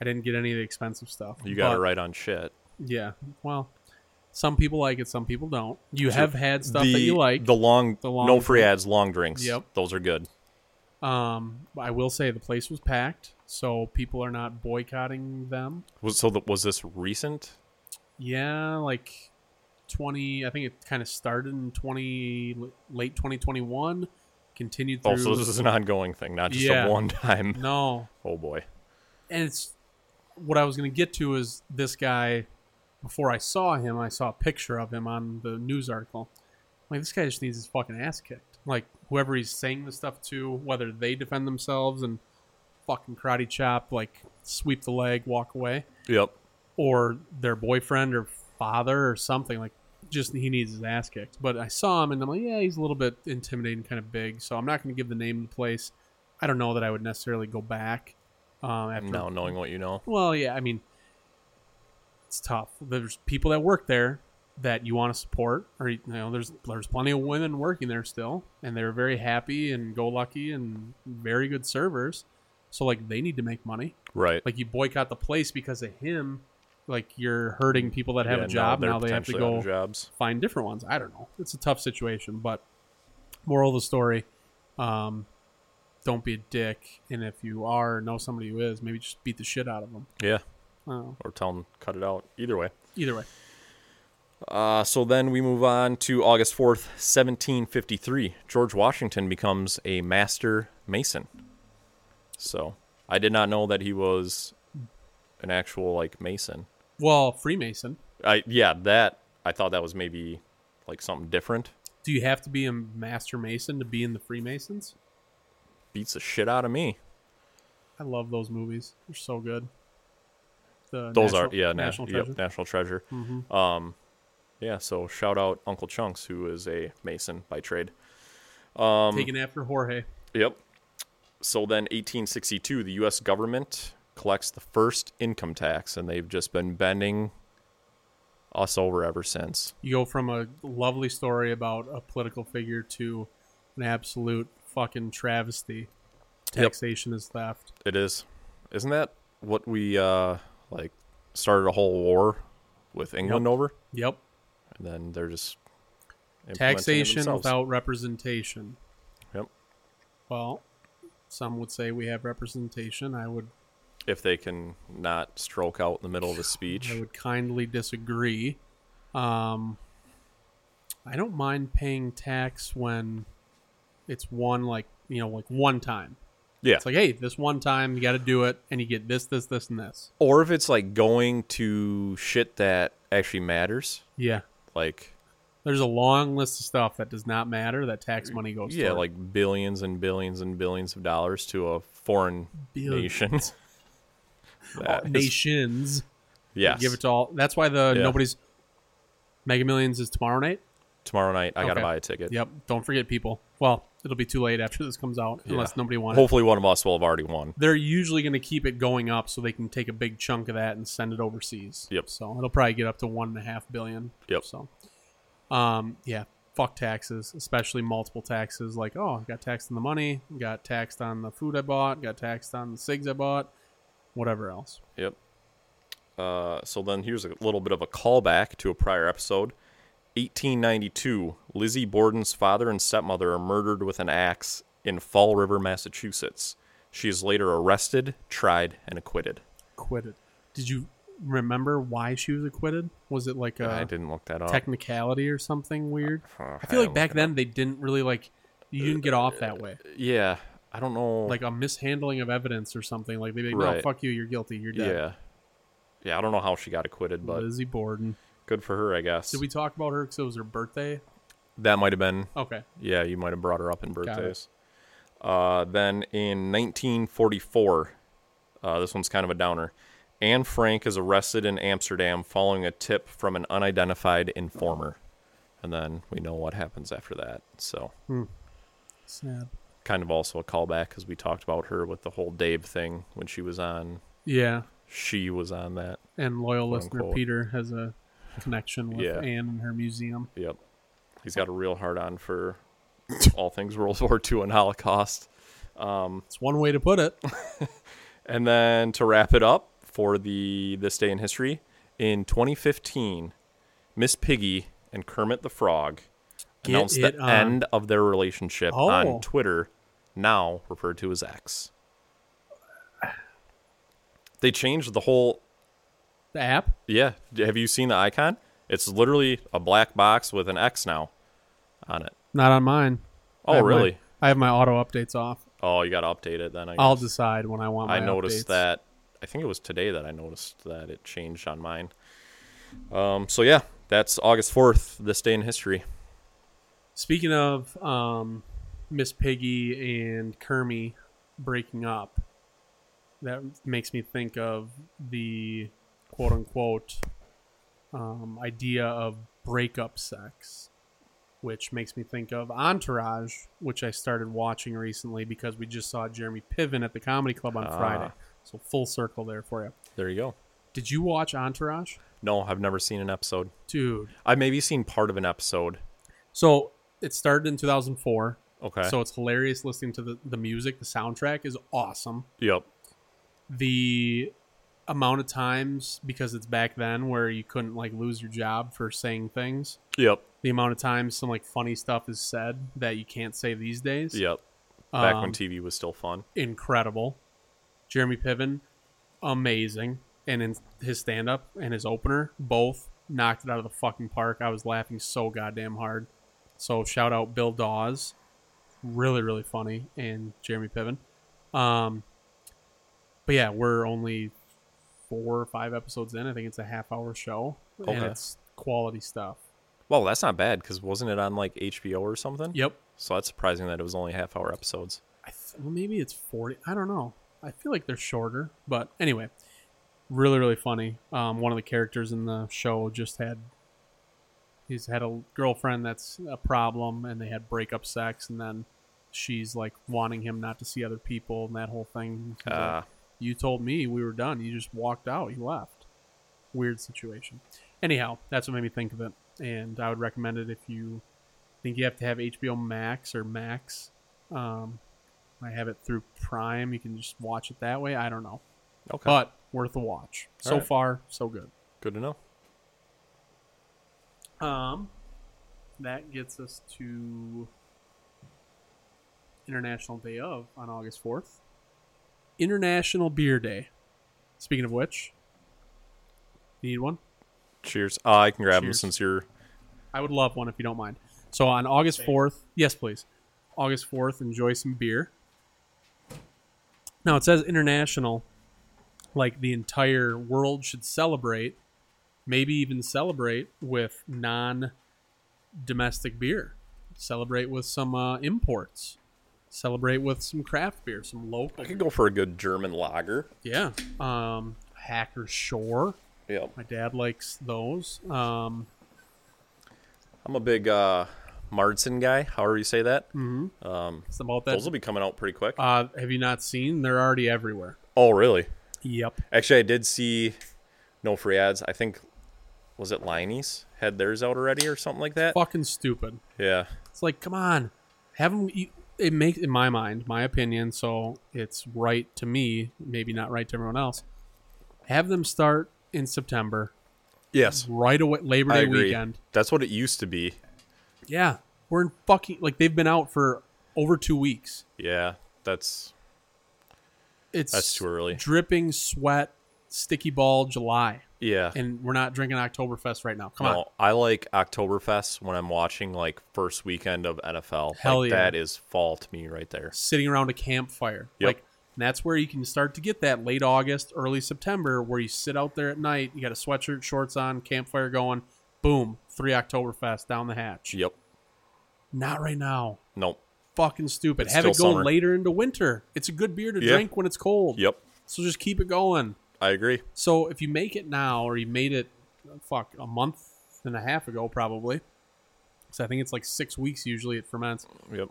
I didn't get any of the expensive stuff.
You got
but-
it right on shit.
Yeah. Well, some people like it, some people don't. You have had stuff that you like.
The long,
The long
no free ads, long drinks.
Yep.
those are good.
Um, I will say the place was packed, so people are not boycotting them.
Was, so th was this recent?
Yeah, like twenty. I think it kind of started in twenty late twenty twenty one, continued through.
Oh, so this is an ongoing thing, not just
Yeah.
a one time.
no,
Oh boy,
and it's what I was going to get to is this guy. Before I saw him, I saw a picture of him on the news article. I'm like this guy just needs his fucking ass kicked. Like whoever he's saying this stuff to, whether they defend themselves and fucking karate chop, like sweep the leg, walk away,
Yep.
or their boyfriend or father or something. Like just he needs his ass kicked. But I saw him and I'm like, yeah, he's a little bit intimidating, kind of big. So I'm not going to give the name of the place. I don't know that I would necessarily go back. Um, after
Now knowing what you know.
well, yeah, I mean, it's tough. There's people that work there that you want to support, or you know, there's there's plenty of women working there still, and they're very happy and go lucky and very good servers. So like, they need to make money.
Right.
Like you boycott the place because of him. Like you're hurting people that have
Yeah,
a job
they're
now. They have to
potentially
go
out of jobs.
find different ones. I don't know. It's a tough situation, but moral of the story, um, don't be a dick. And if you are, or know somebody who is, maybe just beat the shit out of them.
Yeah.
Oh,
Or tell them cut it out. Either way.
either way.
Uh, so then we move on to August 4th, 1753. George Washington becomes a master mason. So I did not know that he was an actual like mason.
Well, Freemason.
I yeah, that I thought that was maybe like something different.
Do you have to be a Master Mason to be in the Freemasons?
Beats the shit out of me.
I love those movies. They're so good. The
Those
National-
are yeah, na-
National
yep,
Treasure. Mm-hmm.
national treasure. Um, yeah. So shout out Uncle Chunks, who is a mason by trade. Um,
Taken after Jorge.
Yep. So then 1862, the U.S. government collects the first income tax, and they've just been bending us over ever since.
You go from a lovely story about a political figure to an absolute fucking travesty.
Yep.
Taxation is theft.
It is. Isn't that what we, uh, like, started a whole war with England over?
Yep.
And then they're just. implementing it
Taxation
themselves.
without representation.
Yep.
Well, some would say we have representation. I would
If they can not stroke out in the middle of a speech.
I would kindly disagree. Um, I don't mind paying tax when it's one like you know like one time.
yeah.
It's like hey, this one time you got to do it, and you get this, this, this, and this.
or if it's, like, going to shit that actually matters.
Yeah,
Like,
there's a long list of stuff that does not matter that tax money goes.
yeah,
toward.
like billions and billions and billions of dollars to a foreign
Billions.
nation. That is-
nations.
yes.
Give it to all. That's why the
Yeah.
nobody's Mega Millions is tomorrow night.
Tomorrow night, I gotta
Okay.
buy a ticket.
Yep. Don't forget, people. Well, it'll be too late after this comes out
Yeah.
unless nobody wants. it.
Hopefully, one of us will have already won.
they're usually going to keep it going up so they can take a big chunk of that and send it overseas.
Yep.
So it'll probably get up to one and a half billion.
Yep.
So, um, yeah, fuck taxes, especially multiple taxes. Like, oh, I got taxed on the money, got taxed on the food I bought, got taxed on the cigs I bought, whatever else.
Yep. Uh, so then here's a little bit of a callback to a prior episode. 1892, Lizzie Borden's father and stepmother are murdered with an axe in Fall River, Massachusetts. She is later arrested, tried, and acquitted.
Acquitted. Did you remember why she was acquitted? Was it like a
I didn't look that up.
technicality or something weird?
Uh,
Uh, I feel
I
like back then they didn't really like you didn't get off that way.
yeah, I don't know.
like a mishandling of evidence or something. Like they'd be like, no,
Right.
fuck you, you're guilty, you're
Yeah.
dead.
yeah. I don't know how she got acquitted, but
Lizzie Borden.
good for her, I guess.
Did we talk about her because it was her birthday?
that might have been,
Okay.
yeah, you might have brought her up in birthdays. Uh, then in 1944, uh, this one's kind of a downer. Anne Frank is arrested in Amsterdam following a tip from an unidentified informer. And then we know what happens after that. So,
Sad.
kind of also a callback because we talked about her with the whole Dave thing when she was on.
Yeah.
She was on that.
And loyal
Quote,
listener
unquote.
Peter has a connection with
Yeah.
Anne and her museum.
Yep. He's got a real hard on for all things World War II and Holocaust.
It's one way to put it.
And then to wrap it up for the this day in history, in 2015, Miss Piggy and Kermit the Frog
Get
announced
it
the
on.
end of their relationship
Oh.
on Twitter, now referred to as X. They changed the whole
The app?
yeah, have you seen the icon? It's literally a black box with an X now on it.
Not on mine. I
Oh,
have my-
really?
I have my auto updates off.
Oh, you got to update it then. I guess.
I'll decide when I want my
I noticed
updates.
that. I think it was today that I noticed that it changed on mine. Um, so yeah, that's August fourth, this day in history.
Speaking of um, Miss Piggy and Kermie breaking up, that makes me think of the quote unquote um, idea of breakup sex, which makes me think of Entourage, which I started watching recently because we just saw Jeremy Piven at the Comedy Club on Friday. So full circle there for you.
There you go.
Did you watch Entourage?
No, I've never seen an episode.
Dude.
I maybe seen part of an episode.
So it started in 2004.
Okay.
So it's hilarious listening to the, the music. The soundtrack is awesome.
yep.
The amount of times, because it's back then where you couldn't like lose your job for saying things,
Yep.
the amount of times some like funny stuff is said that you can't say these days.
Yep. Back
Um,
when TV was still fun.
Incredible. Jeremy Piven, amazing. And in his stand up and his opener, both knocked it out of the fucking park. I was laughing so goddamn hard. So shout out Bill Dawes. Really, really funny. And Jeremy Piven. Um, but yeah, we're only four or five episodes in. I think it's a half hour show. And
Okay.
it's quality stuff.
Well, that's not bad because wasn't it on like HBO or something?
Yep.
So that's surprising that it was only half hour episodes.
I th- well, maybe it's 40 i don't know i feel like they're shorter but anyway really really funny um, one of the characters in the show just had he's had a girlfriend that's a problem and they had breakup sex and then she's like wanting him not to see other people and that whole thing He's like,
Uh,
you told me we were done you just walked out you left weird situation anyhow that's what made me think of it and i would recommend it if you think you have to have hbo max or max um, I have it through Prime. You can just watch it that way. I don't know,
okay.
but worth a watch. so
Alright.
far, so good.
Good to know.
Um, that gets us to International Day of on August fourth, International Beer Day. Speaking of which, you need one?
Cheers. Uh, I can grab them
Cheers.
since you're.
I would love one if you don't mind. So on August 4th, yes, please. August 4th, enjoy some beer. Now it says international, like the entire world should celebrate, maybe even celebrate with non domestic beer, celebrate with some uh, imports, celebrate with some craft beer, some local.
I could go for a good German lager.
Yeah. Um, Hacker Shore.
Yep.
My dad likes those. Um,
I'm a big uh, Marzen guy. However you say that. Mm-hmm. Um,
it's about that
those will be coming out pretty quick.
Mm. Uh, have you not seen? They're already everywhere.
oh, really?
Yep.
Actually, I did see no free ads. I think was it Liney's had theirs out already or something like that.
Fucking stupid.
Yeah.
It's like, come on, have them. Eat. It makes, in my mind, my opinion. So it's right to me, maybe not right to everyone else. Have them start in September,
Yes.
right away, Labor
I
Day
agree.
weekend.
That's what it used to be.
Yeah, we're in fucking like they've been out for over two weeks.
Yeah. That's
It's
That's too early.
Dripping sweat, sticky ball, July,
yeah.
and we're not drinking Oktoberfest right now. Come on,
No, I like Oktoberfest when I'm watching like first weekend of NFL.
Hell
like,
yeah.
That is fall to me right there.
sitting around a campfire.
Yep.
Like and that's where you can start to get that late August, early September, where you sit out there at night, you got a sweatshirt, shorts on, campfire going, boom, three Oktoberfest down the hatch.
Yep.
Not right now.
Nope.
Fucking stupid.
It's
Have it go
still summer.
later into winter. It's a good beer to
Yeah.
drink when it's cold.
Yep.
So just keep it going.
I agree.
So if you make it now, or you made it, fuck, a month and a half ago probably, because I think it's like six weeks usually it ferments.
Yep.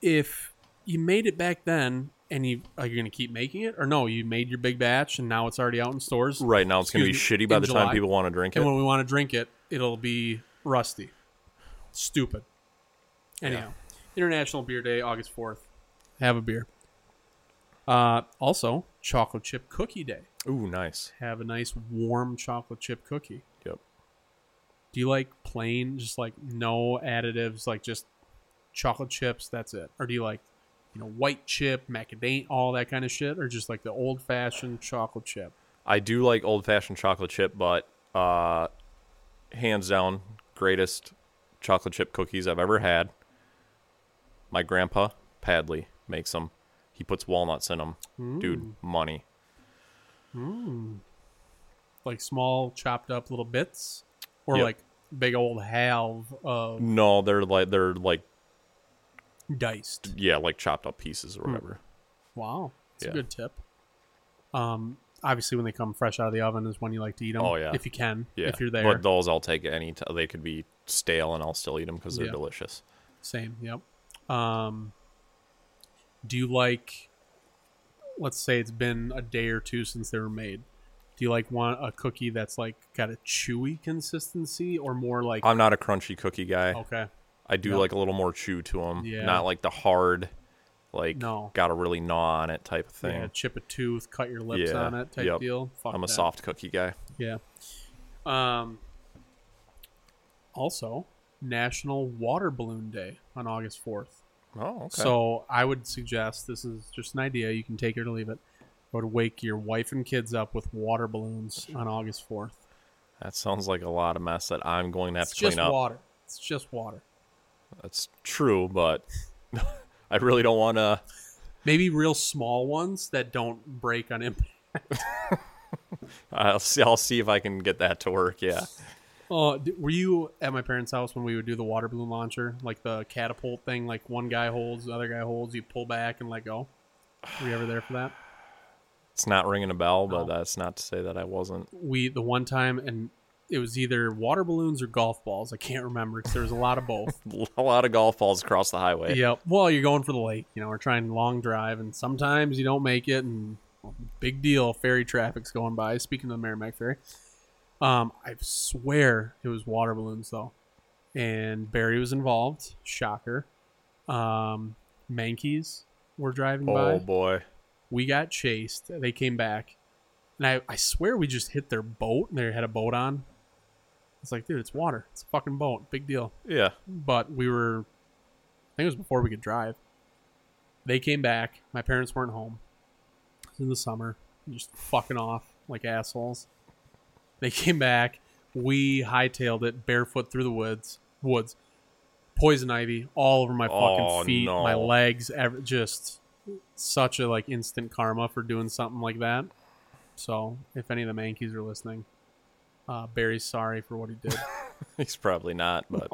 if you made it back then and you are you going to keep making it or no you made your big batch and now it's already out in stores
Right now it's going to be
Excuse me,
shitty by
in
the
July.
time people want to drink
and
it.
when we want to drink it it'll be rusty stupid anyhow international beer day august 4th have a beer uh, also chocolate chip cookie day
Ooh, nice.
have a nice warm chocolate chip cookie
Yep.
do you like plain just like no additives like just chocolate chips that's it or do you like you know white chip macadamia all that kind of shit or just like the old fashioned chocolate chip
I do like old fashioned chocolate chip, but uh, hands down, greatest chocolate chip cookies I've ever had. My grandpa Padley makes them. He puts walnuts in them. Dude, money.
Like small, chopped up little bits, or
Yep.
like big old halve of
No, they're like they're like
diced.
yeah, like chopped up pieces
Hmm.
or whatever.
Wow, that's
Yeah.
a good tip. Um, obviously, when they come fresh out of the oven is when you like to eat them.
Oh, yeah.
if you can,
Yeah,
if you're there.
But those I'll take any. T- they could be stale, and I'll still eat them because they're
Yeah.
delicious.
Same. Yep. Um, do you like? Let's say it's been a day or two since they were made. Do you like want a cookie that's like got a chewy consistency or more like
I'm not a crunchy cookie guy.
okay?
I do
Oh, No.
like a little more chew to them.
Yeah.
Not like the hard, like
No.
got to really gnaw on it type of thing.
Yeah, chip a tooth, cut your lips
Yeah,
on it type
yep.
deal. Fuck
I'm a
that.
soft cookie guy.
Yeah. Um. Also, National Water Balloon Day on August fourth.
Oh, okay.
So I would suggest this is just an idea. You can take it or leave it. I would wake your wife and kids up with water balloons on August 4th.
that sounds like a lot of mess that I'm going to have
It's
to clean
just
up.
water. It's just water.
That's true, but I really don't want to.
Maybe real small ones that don't break on impact.
I'll see. I'll see if I can get that to work. Yeah.
Oh, d- were you at my parents' house when we would do the water balloon launcher, like the catapult thing? Like one guy holds, the other guy holds, you pull back and let go. Were you ever there for that?
It's not ringing a bell, but
No.
that's not to say that I wasn't.
we the one time and it was either water balloons or golf balls. I can't remember because there was a lot of both.
A lot of golf balls across the highway.
Yep. Well, you're going for the lake, you know, we're trying long drive, and sometimes you don't make it, and well, big deal, ferry traffic's going by. Speaking of the Merrimack Ferry, um, I swear it was water balloons though, and Barry was involved. Shocker. Um, Mankeys were driving
Oh
by.
boy.
We got chased. They came back, and I, I swear we just hit their boat. And they had a boat on. It's like, dude, it's water. It's a fucking boat. Big deal
Yeah.
but we were I think it was before we could drive. They came back. My parents weren't home. It was in the summer. Just fucking off like assholes. They came back. We hightailed it barefoot through the woods. Woods. Poison ivy all over my fucking
Oh,
feet,
no.
my legs, ever just such a like instant karma for doing something like that. So, if any of the Mankeys are listening, uh, Barry's sorry for what he did.
He's probably not, but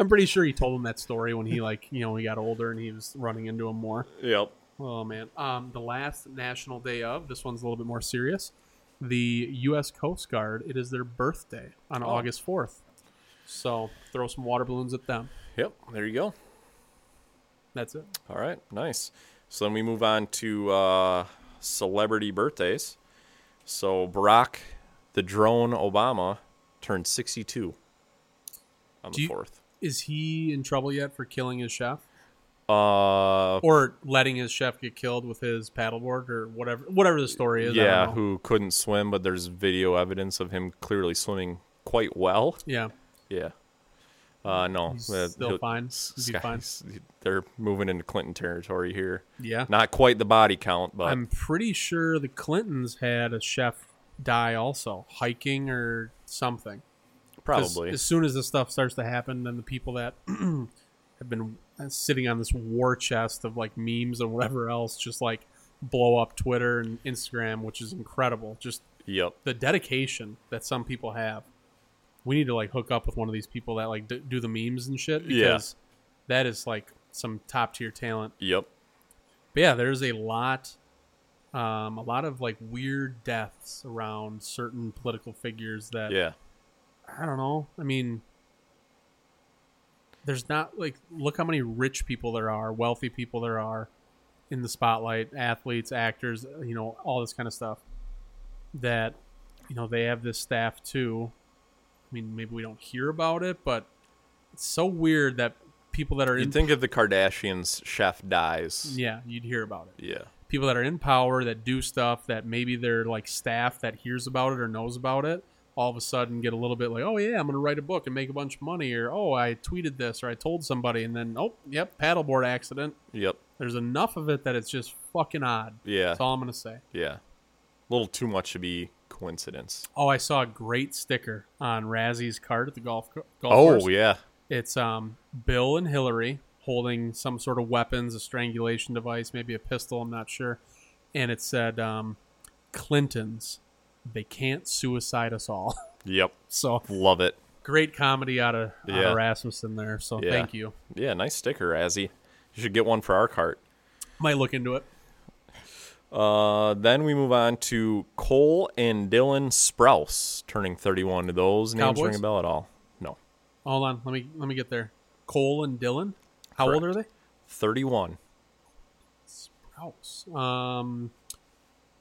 I'm pretty sure he told him that story when he like you know he got older and he was running into him more.
yep.
Oh man, um, the last national day of this one's a little bit more serious. The U.S. Coast Guard. It is their birthday on August 4th, so throw some water balloons at them.
Yep. There you go.
That's it.
All right, nice. So then we move on to uh, celebrity birthdays. So Barack, the drone Obama, turned 62 on
Do
the
you-
fourth.
Is he in trouble yet for killing his chef
Uh,
or letting his chef get killed with his paddleboard or whatever? Whatever the story is. I don't
yeah,
know.
who couldn't swim, but there's video evidence of him clearly swimming quite well.
yeah.
Yeah. Uh, no,
He's
uh,
still
he'll-
fine.
s-
He'll be fine.
s- They're moving into Clinton territory here.
Yeah.
Not quite the body count, but
I'm pretty sure the Clintons had a chef die also hiking or something. 'Cause
probably.
As soon as this stuff starts to happen, then the people that have been sitting on this war chest of like memes and whatever else just like blow up Twitter and Instagram, which is incredible. Just
Yep.
the dedication that some people have. We need to like hook up with one of these people that like d- do the memes and shit
Yeah.
because that is like some top tier talent.
Yep.
But yeah, there's a lot, um, a lot of like weird deaths around certain political figures that
Yeah.
I don't know. I mean, there's not like look how many rich people there are, wealthy people there are in the spotlight, athletes, actors, you know, all this kind of stuff. That you know they have this staff too. I mean, maybe we don't hear about it, but it's so weird that people that are in
You'd think if the Kardashians chef dies.
yeah, you'd hear about it.
Yeah.
People that are in power that do stuff that maybe they're like staff that hears about it or knows about it, all of a sudden get a little bit like, oh yeah, I'm gonna write a book and make a bunch of money, or oh I tweeted this or I told somebody, and then oh yep paddleboard accident.
Yep.
There's enough of it that it's just fucking odd.
Yeah.
That's all I'm gonna say.
Yeah. A little too much to be coincidence.
Oh, I saw a great sticker on Razzie's card at the golf co- golf
Oh,
course.
yeah.
It's um Bill and Hillary holding some sort of weapons, a strangulation device, maybe a pistol. I'm not sure. And it said, um, Clintons, they can't suicide us all.
Yep.
So
Love it.
great comedy out of, out
Yeah.
of Rasmussen there. So
Yeah.
thank you.
Yeah, nice sticker, Azzy. You should get one for our cart.
Might look into it.
Uh, then we move on to Cole and Dylan Sprouse turning 31. Do those names
Cowboys?
ring a bell at all? No.
Hold on, let me let me get there. Cole and Dylan. How old are
Correct.
they?
31.
House. Um,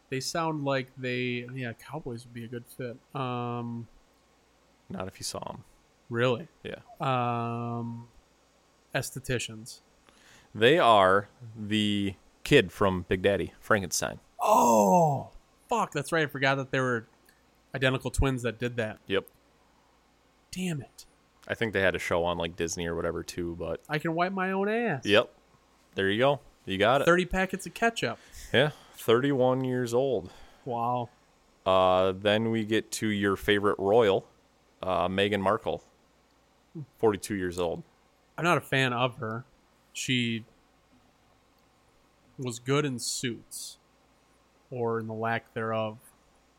they sound like they yeah Cowboys would be a good fit. Um,
Not if you saw them.
really.
Yeah.
Uh. Um, estheticians.
They are the kid from Big Daddy, Frankenstein.
Oh fuck, that's right. I forgot that there were identical twins that did that.
Yep.
Damn it!
I think they had a show on like Disney or whatever too, but
I can wipe my own ass.
yep. There you go. You got it.
Thirty packets of ketchup.
yeah. 31 years old.
Wow.
Uh, then we get to your favorite royal, uh, Meghan Markle, 42 years old.
I'm not a fan of her. She was good in Suits, or in the lack thereof,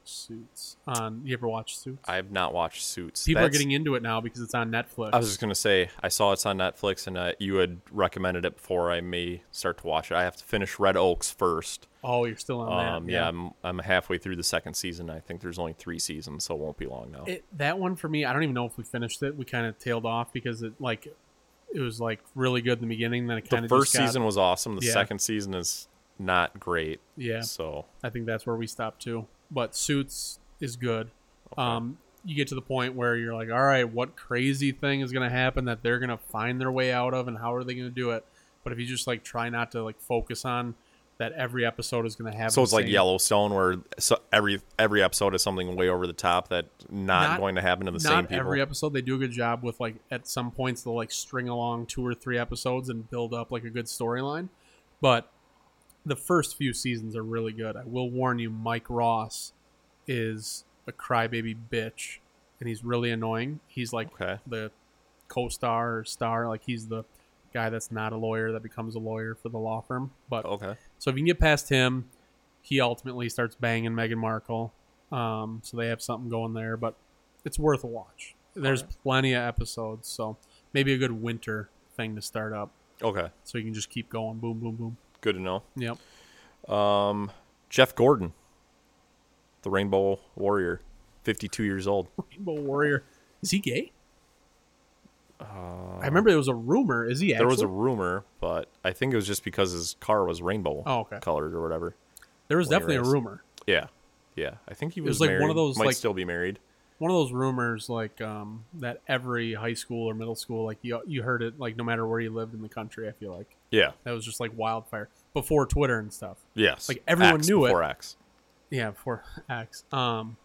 Suits. On you ever watch Suits?
I have not watched Suits.
People are
That's-
getting into it now because it's on Netflix.
I was just gonna say I saw it's on Netflix and uh, you had recommended it before I may start to watch it. I have to finish Red Oaks first.
oh, you're still on
Um,
that?
yeah, I'm I'm halfway through the second season. I think there's only three seasons, so it won't be long now.
It, that one for me, I don't even know if we finished it. We kind of tailed off because it like it was like really good in the beginning. Then it kind
the
of
first season was awesome. The
Yeah.
second season is not great.
Yeah.
So
I think that's where we stopped too. But Suits is good. Um, you get to the point where you're like, all right, what crazy thing is going to happen that they're going to find their way out of, and how are they going to do it? But if you just like try not to like focus on that, every episode is going to have.
so
the
it's like
same-
Yellowstone, where so every every episode is something way over the top that not,
Not-
going to happen to the
Not
same people.
every episode. They do a good job with like at some points they'll like string along two or three episodes and build up like a good storyline. But the first few seasons are really good. I will warn you, Mike Ross is a crybaby bitch, and he's really annoying. He's like
Okay.
the co-star or star, like he's the guy that's not a lawyer that becomes a lawyer for the law firm. But
okay.
so if you can get past him, he ultimately starts banging Meghan Markle. Um, so they have something going there, but it's worth a watch. There's plenty of episodes, so maybe a good winter thing to start up,
Okay.
so you can just keep going. Boom, boom, boom.
Good to know.
Yep.
Jeff Gordon, the Rainbow Warrior, 52 years old.
Rainbow Warrior. Is he gay? I remember there was a rumor. Is he actually?
Uh, There was a rumor, but I think it was just because his car was rainbow
Oh, okay.
colored or whatever.
there was
when he
definitely a
raised-
rumor.
Yeah. Yeah. I think he was,
was like one of
married.
those,
might
like-
still be married.
One of those rumors, like um, that every high school or middle school, like you you heard it, like no matter where you lived in the country. I feel like
Yeah.
that was just like wildfire before Twitter and stuff.
Yes.
Like, everyone
Axe
knew it.
before Axe.
Yeah, before X. Um,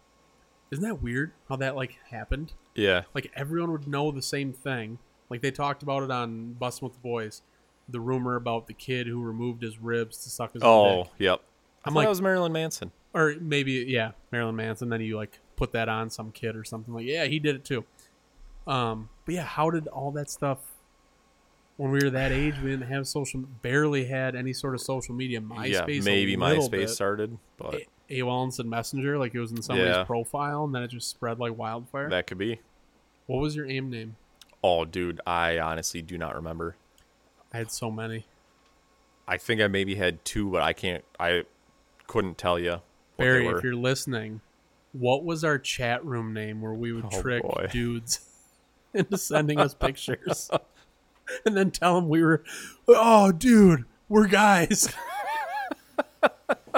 isn't that weird how that like happened?
Yeah.
Like everyone would know the same thing. Like they talked about it on Bustin' with the Boys, the rumor about the kid who removed his ribs to suck his own
Oh,
dick,
yep. I
I'm
thought
like-
that was Marilyn Manson.
or maybe yeah, Marilyn Manson. Then you like put that on some kid or something. Like yeah, he did it too. Um, but yeah, how did all that stuff? When we were that age, we didn't have social, barely had any sort of social media. MySpace,
yeah.
a
Maybe
little
MySpace
bit. Eh,
started, but
AOL Instant Messenger, like it was in somebody's
Yeah.
profile, and then it just spread like wildfire.
that could be.
what was your AIM name?
Oh, dude. I honestly do not remember.
I had so many.
I think I maybe had two, but I can't. I couldn't tell you. what they
Barry,
were.
if you're listening, what was our chat room name where we would
Oh,
trick
boy.
dudes into sending us pictures and then tell them we were, oh, dude, we're guys.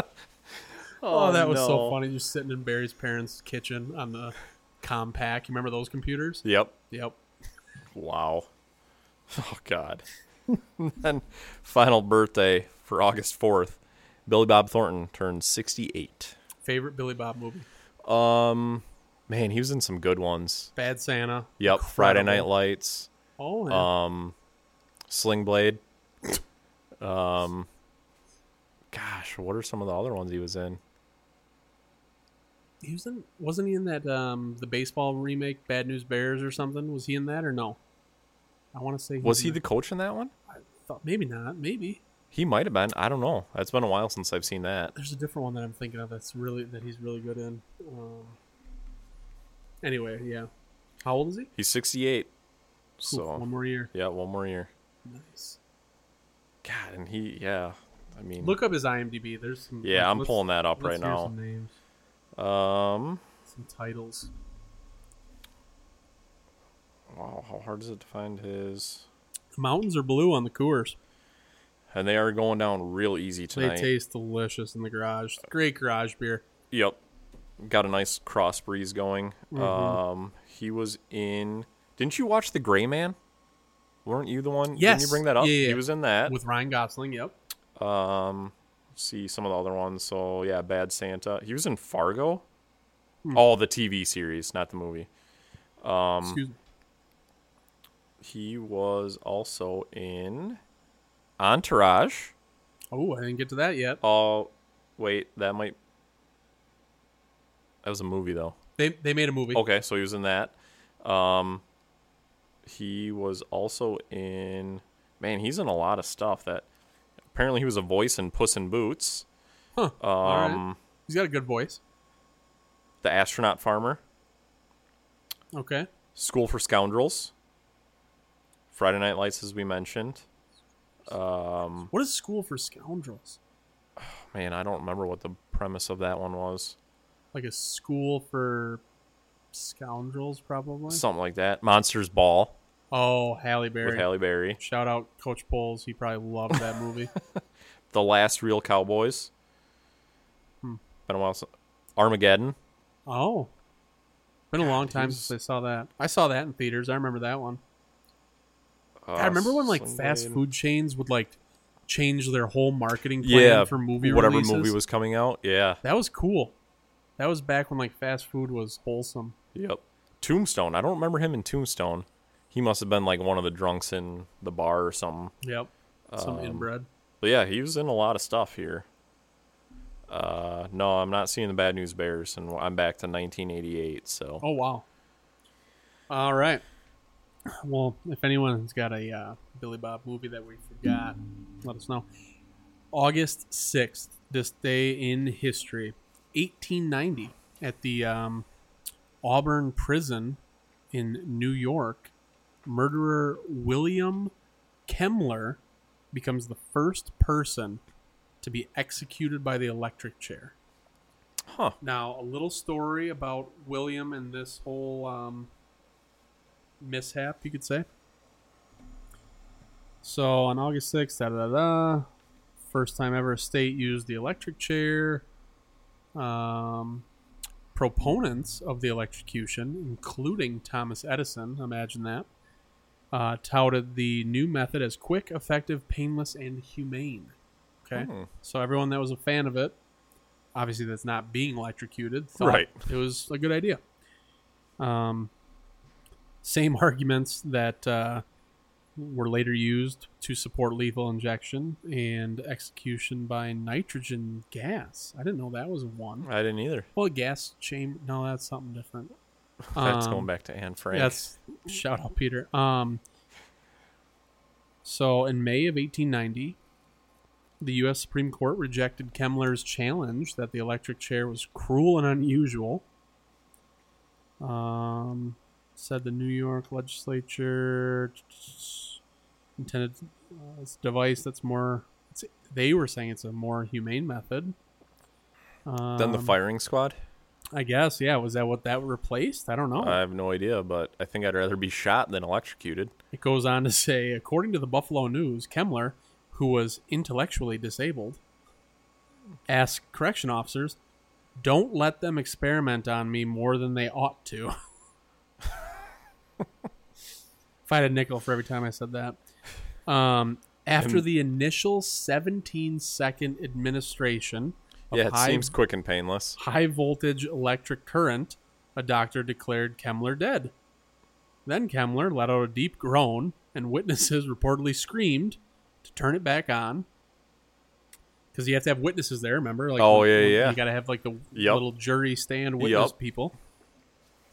Oh, that was so
no.
funny. Just sitting in Barry's parents' kitchen on the compact. You remember those computers?
Yep.
Yep.
Wow. Oh God. and then final birthday for August fourth, Billy Bob Thornton turned sixty eight.
Favorite Billy Bob movie?
Man, he was in some good ones.
Bad Santa.
Yep. Friday Night
Incredible.
Lights,
Oh,
Um,
yeah.
Sling Blade. Um gosh, what are some of the other ones he was in?
he was in, wasn't he in that um the baseball remake, Bad News Bears or something? Was he in that or no? I want to say
Was he
in
the coach in that one?
that. I thought- maybe not, maybe
He might have been. I don't know. It's been a while since I've seen that.
There's a different one that I'm thinking of that's really that he's really good in. Um, anyway, yeah. How old is he?
He's 68.
Oof, one
So,
more year.
yeah, one more year.
Nice.
God, and he, yeah. I mean,
Look up his IMDb. There's some.
yeah, I'm
let's-
pulling that up
let's
right
hear
now.
Some names,
Um,
some titles.
wow, how hard is it to find his?
The mountains are blue on the Coors.
And they are going down real easy
They
tonight.
taste delicious in the garage. Great garage beer.
Yep. Got a nice cross breeze going.
Mm-hmm.
Um, he was in. Didn't you watch The Gray Man? Weren't you the one? Didn't you
Yes.
bring that up?
Yeah, yeah,
He
yeah.
was in that. Mm.
With Ryan Gosling. Yep.
um, see some of the other ones. So yeah, Bad Santa. He was in Fargo.
Hmm.
All the TV series, not the movie.
Excuse me.
He was also in Entourage.
Oh, I didn't get to that yet.
Oh, wait, that might. That was a movie though.
They they made a movie.
Okay, so he was in that. Um, he was also in. Man, he's in a lot of stuff. That apparently he was a voice in Puss in Boots,
Huh. All right.
um,
He's got a good voice.
The Astronaut Farmer,
Okay.
School for Scoundrels, Friday Night Lights, as we mentioned.
What is School for Scoundrels?
Man, I don't remember what the premise of that one was.
Like a school for scoundrels, probably.
Something like that. Monsters Ball
Oh, Halle Berry.
with Halle Berry.
Shout out Coach Poles. He probably loved that movie.
The Last Real Cowboys.
Hmm.
Been a while. Since... Armageddon.
oh. Been a long time
he's-
since I saw that. I saw that in theaters. I remember that one.
Uh,
I remember when like fast
Slingblade.
food chains would like change their whole marketing plan
yeah
for movie
whatever
releases.
movie was coming out yeah
That was cool. That was back when like fast food was wholesome.
yep tombstone i don't remember him in tombstone he must have been like one of the drunks in the bar or something
Yep. Some inbred.
but yeah he was in a lot of stuff here uh no i'm not seeing the bad news bears and i'm back to 1988 so
Oh wow. All right. Well, if anyone's got a uh, Billy Bob movie that we forgot, let us know. August sixth, this day in history, eighteen ninety, at the um, Auburn prison in New York, murderer William Kemmler becomes the first person to be executed by the electric chair.
Huh.
Now, a little story about William and this whole um, mishap, you could say. So, on August 6th, da da da, first time ever a state used the electric chair. Um, proponents of the electrocution, including Thomas Edison, imagine that, uh, touted the new method as quick, effective, painless, and humane. Okay.
Hmm.
So everyone that was a fan of it, obviously that's not being electrocuted, thought
Right.
It was a good idea. Um, same arguments that uh, were later used to support lethal injection and execution by nitrogen gas. I didn't know that was one.
i didn't either
Well, a gas chamber. No, that's something different.
that's
Um,
going back to anne frank
Yes. Shout out, Peter. Um. So in May of 1890, the U.S. Supreme Court rejected Kemmler's challenge that the electric chair was cruel and unusual. Um, said the New York legislature intended uh, it's a device that's more. It's, they were saying it's a more humane method. Um,
then the firing squad
I guess, yeah. Was that what that replaced? I don't know.
i have no idea but i think i'd rather be shot than electrocuted
It goes on to say, according to the Buffalo News, Kemmler, who was intellectually disabled, asked correction officers, don't let them experiment on me more than they ought to. if I had a nickel for every time I said that. Um, after the initial 17 second administration of
yeah it
high
seems quick and painless
high voltage electric current, a doctor declared Kemmler dead. Then Kemmler let out a deep groan, and witnesses reportedly screamed to turn it back on. Because you have to have witnesses there, remember? Like,
Oh, yeah,
you,
yeah.
You got to have like the
Yep.
little jury stand witness
Yep.
people.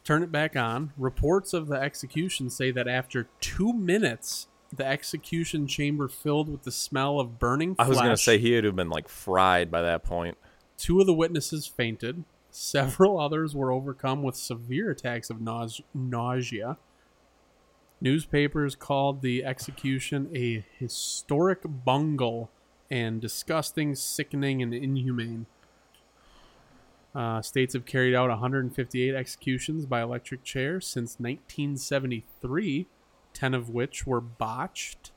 Turn it back on. Reports of the execution say that after two minutes, the execution chamber filled with the smell of burning
I
flesh.
was gonna say he would have been like fried by that point.
Two of the witnesses fainted. Several others were overcome with severe attacks of nause- nausea. Newspapers called the execution a historic bungle and disgusting, sickening, and inhumane. Uh, states have carried out 158 executions by electric chair since 1973, 10 of which were botched.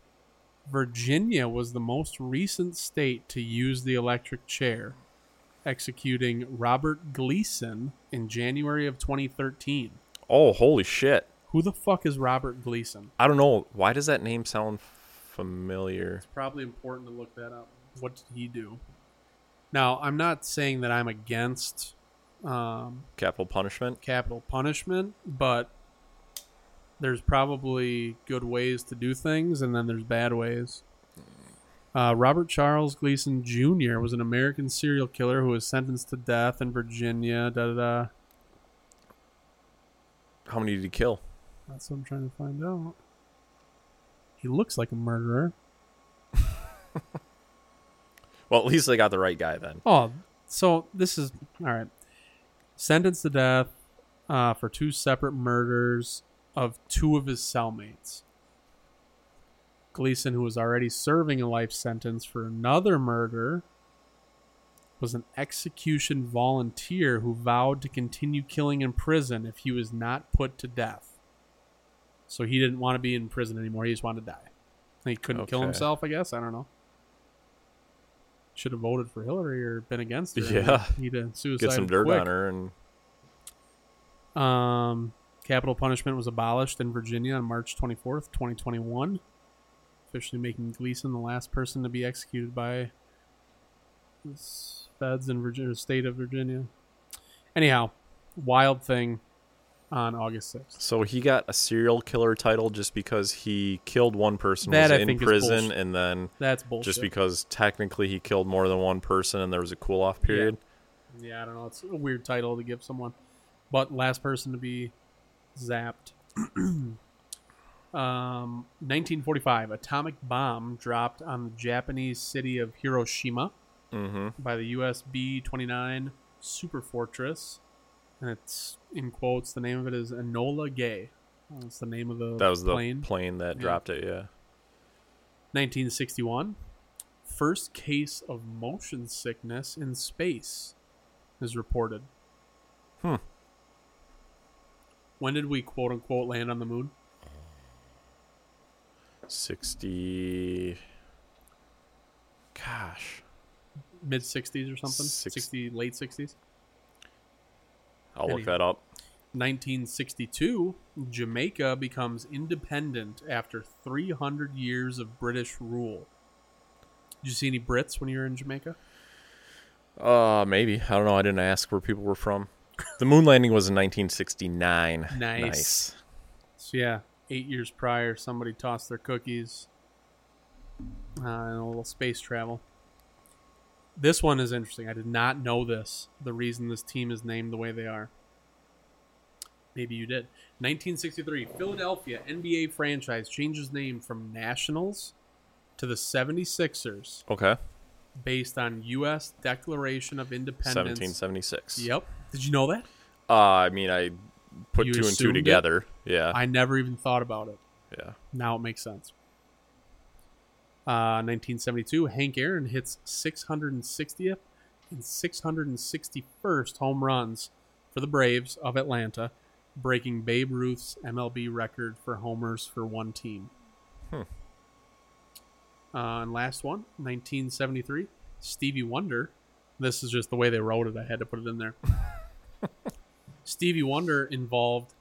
Virginia was the most recent state to use the electric chair executing Robert Gleason in January of 2013.
Oh, holy shit!
Who the fuck is Robert Gleason?
I don't know why does that name sound familiar.
Probably important to look that up. What did he do? Now, I'm not saying that I'm against um,
Capital punishment.
capital punishment, but there's probably good ways to do things, and then there's bad ways. Uh, Robert Charles Gleason Jr. was an American serial killer who was sentenced to death in Virginia. Da da da.
How many did he kill?
That's what I'm trying to find out. He looks like a murderer.
Well, at least they got the right guy then.
Oh, so this is all right. Sentenced to death uh, for two separate murders of two of his cellmates. Gleason, who was already serving a life sentence for another murder, was an execution volunteer who vowed to continue killing in prison if he was not put to death. So he didn't want to be in prison anymore. He just wanted to die. And he couldn't kill
Okay.
himself, I guess. I don't know. Should have voted for Hillary or been against her.
Yeah.
He'd have suicided
Get some dirt
quick.
on her and
Um, capital punishment was abolished in Virginia on March 24th, 2021, officially making Gleason the last person to be executed by the s- feds in Virginia, state of Virginia. Anyhow, wild thing on August 6th.
So he got a serial killer title just because he killed one person,
That I
was in
think is
prison,
bullshit.
and then
That's bullshit.
just because technically he killed more than one person and there was a cool off period.
yeah, I don't know. It's a weird title to give someone, but last person to be zapped. um, 1945, atomic bomb dropped on the Japanese city of Hiroshima.
Mm-hmm.
by the US B 29 Super Fortress. And it's in quotes, the name of it is Enola Gay. That's the name of the
That was the
plane.
plane, that
Yeah.
dropped it, yeah.
1961. First case of motion sickness in space is reported.
Hmm.
When did we quote unquote land on the moon?
60. Gosh.
Mid 60s or something?
Six-
60, late 60s?
I'll look
Anyhow.
that up.
1962, Jamaica becomes independent after 300 years of British rule. Did you see any Brits when you were in Jamaica?
Uh, maybe. I don't know. I didn't ask where people were from. The moon landing was in 1969.
Nice. So, yeah, eight years prior, somebody tossed their cookies uh, and a little space travel. This one is interesting. I did not know this. The reason this team is named the way they are. Maybe you did. 1963, Philadelphia NBA franchise changes name from Nationals to the 76ers.
Okay.
based on U.S. Declaration of Independence.
1776.
Yep. Did you know that?
Uh, I mean, I put
You
two and
assumed
two
it?
together. Yeah.
I never even thought about it.
yeah.
Now it makes sense. Uh, 1972, Hank Aaron hits 660th and 661st home runs for the Braves of Atlanta, breaking Babe Ruth's MLB record for homers for one team.
Hmm.
Uh, and last one, 1973, Stevie Wonder. This is just the way they wrote it. I had to put it in there. Stevie Wonder involved,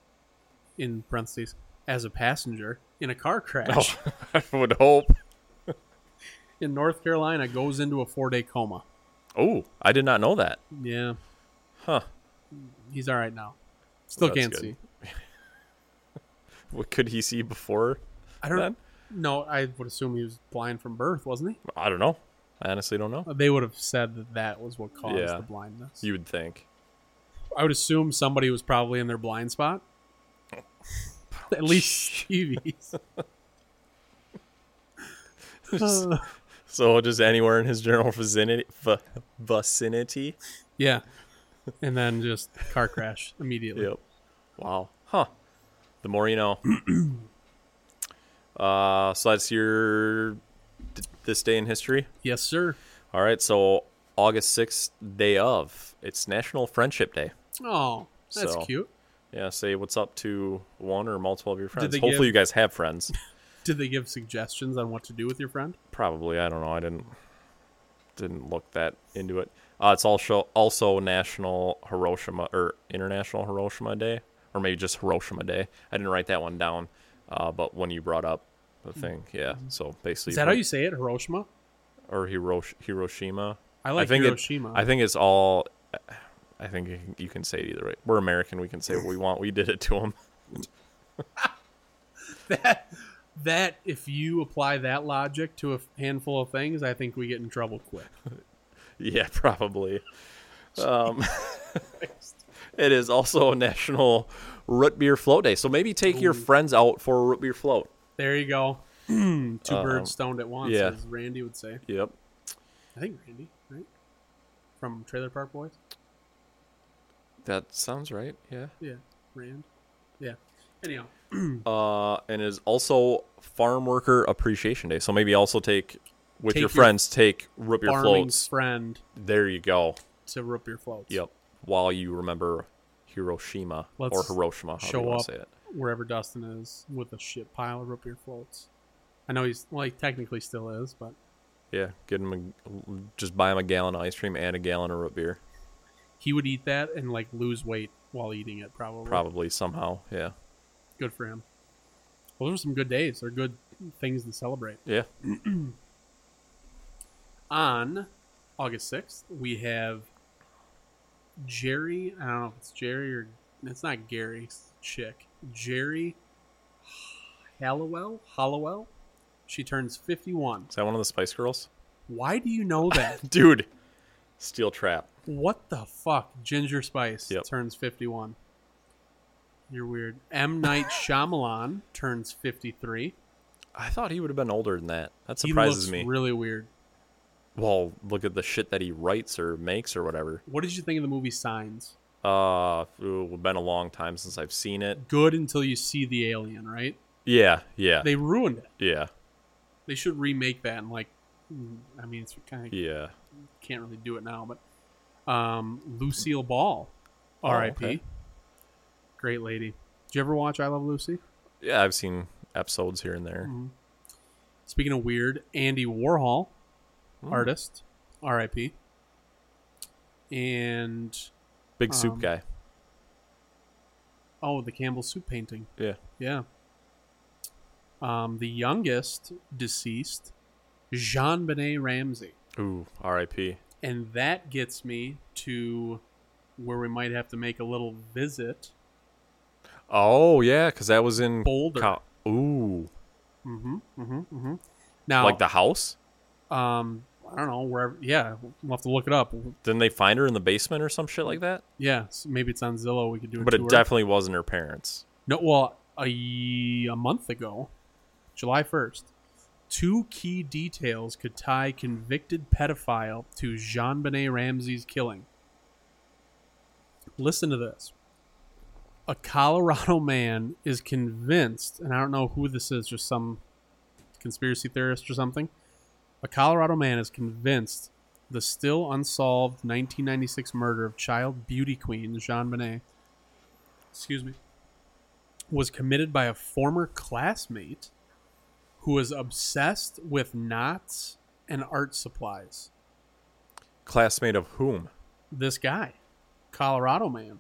in parentheses, as a passenger in a car crash
Oh, I would hope.
in North Carolina goes into a four day coma.
Oh, I did not know that.
Yeah,
Huh.
he's all right now. Still
That's
can't
good.
see.
What could he see before?
I don't.
Then?
No, I would assume he was blind from birth, wasn't he?
I don't know. I honestly don't know.
They would have said that that was what caused
Yeah.
the blindness.
You would think.
I would assume somebody was probably in their blind spot. At least Stevie's.
so just anywhere in his general vicinity, vi- vicinity.
yeah. And then just car crash immediately.
Yep. Wow. Huh. The more you know. uh, so that's your th- this day in history.
Yes, sir.
All right. So August sixth, day of, it's National Friendship Day.
Oh, that's
So-
cute.
Yeah. Say what's up to one or multiple of your friends.
they give-
Hopefully, you guys have friends.
Did they give suggestions on what to do with your friend?
Probably. I don't know. I didn't didn't look that into it. Uh, it's also also National Hiroshima or International Hiroshima Day, or maybe just Hiroshima Day. I didn't write that one down, uh, but when you brought up the thing, yeah. So basically,
Is that how you say it, Hiroshima?
or Hirosh- Hiroshima?
I like
think it-
Hiroshima.
I think it's all. I think you can- you can say it either way. We're American. We can say what we want. We did it to them.
That if you apply that logic to a handful of things, I think we get in trouble quick.
Yeah, probably. Um, it is also National Root Beer Float Day, so maybe take your friends out for a root beer float.
There you go. Two birds stoned at once,
yeah.
as Randy would say.
Yep.
I think Randy, right? From Trailer Park Boys?
That sounds right. Yeah.
Yeah. Rand? Yeah. Anyhow, Hmm.
Uh, and it is also Farm Worker Appreciation Day, so maybe also take with
Take your
your friends take root beer
farming
floats.
friend
there you go.
to rope your floats.
Yep. While you remember Hiroshima or
Let's
Hiroshima, however you
show
want
up
to say it.
wherever Dustin is with a shit pile of rope your floats. I know he's like technically still is, but
Yeah. Get them a, just buy them a gallon of ice cream and a gallon of root beer,
he would eat that and like lose weight while eating it probably.
probably somehow. Yeah.
Good for him. Well, those are some good days. They're good things to celebrate.
Yeah.
on August 6th, we have Jerry. I don't know if it's Jerry or it's not Gary. It's a chick. Jerry Hallowell. Hollowell. She turns 51.
Is that one of the Spice Girls?
Why do you know that?
Dude, Steel Trap.
what the fuck? Ginger Spice
Yep.
turns 51. You're weird. M. Night Shyamalan turns 53.
I thought he would have been older than that. That
He
surprises
looks
me.
really weird.
well, look at the shit that he writes or makes or whatever.
What did you think of the movie Signs?
Uh, ooh, it's been a long time since I've seen it.
Good until you see the alien, right?
Yeah, yeah,
They ruined it.
yeah,
They should remake that and like, mm, I mean, it's kind of
yeah.
can't really do it now, but um, Lucille Ball,
Oh,
R.I.P.
okay.
Great lady. Did you ever watch I Love Lucy?
Yeah, I've seen episodes here and there.
Mm-hmm. Speaking of weird, Andy Warhol,
Oh.
artist, R.I.P. And
Big soup
Um,
guy.
oh, the Campbell soup painting.
Yeah.
Yeah. Um, the youngest deceased, Jean Benet Ramsey.
Ooh, R.I.P.
And that gets me to where we might have to make a little visit.
Oh yeah, because that was in
Boulder.
Col- Ooh,
Mm-hmm, Now,
like the house?
um, I don't know wherever. Yeah, we'll have to look it up.
Didn't they find her in the basement or some shit like that?
Yeah, so maybe it's on Zillow. We could do a
But it
tour.
definitely wasn't her parents.
no. Well, a y- a month ago, July first, two key details could tie convicted pedophile to Jean Benet Ramsey's killing. Listen to this. A Colorado man is convinced, and I don't know who this is, just some conspiracy theorist or something. A Colorado man is convinced the still unsolved 1996 murder of child beauty queen Jean Benet, excuse me, was committed by a former classmate who was obsessed with knots and art supplies.
Classmate of whom?
This guy, Colorado man.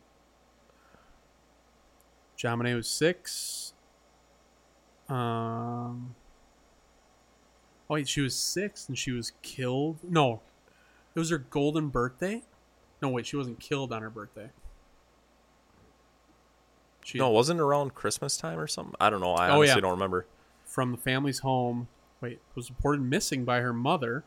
Jean Benet was six. Um, oh, wait, she was six and she was killed. No, it was her golden birthday. No, wait, she wasn't killed on her birthday. She,
No, it wasn't around Christmas time or something. I don't know. I
Oh,
honestly
yeah.
don't remember.
from the family's home. Wait, was reported missing by her mother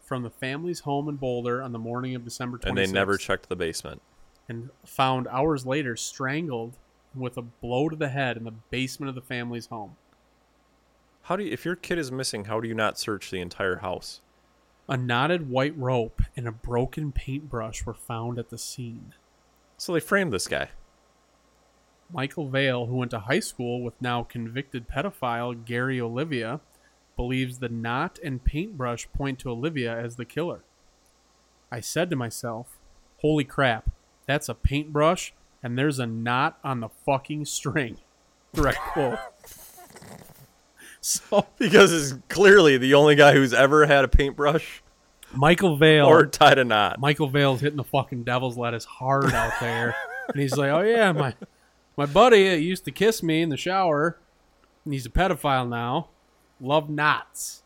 from the family's home in Boulder on the morning of December 26th.
And they never checked the basement.
and found hours later strangled with a blow to the head in the basement of the family's home.
How do you, if your kid is missing, how do you not search the entire house?
A knotted white rope and a broken paintbrush were found at the scene.
So they framed this guy.
Michael Vale, who went to high school with now convicted pedophile Gary Olivia, believes the knot and paintbrush point to Olivia as the killer. I said to myself, holy crap, that's a paintbrush and there's a knot on the fucking string. Direct quote. so,
Because he's clearly the only guy who's ever had a paintbrush
Michael Vale.
or tied a knot.
Michael Vale's hitting the fucking devil's lettuce hard out there, and he's like, "Oh yeah, my my buddy that used to kiss me in the shower, and he's a pedophile now. Love knots."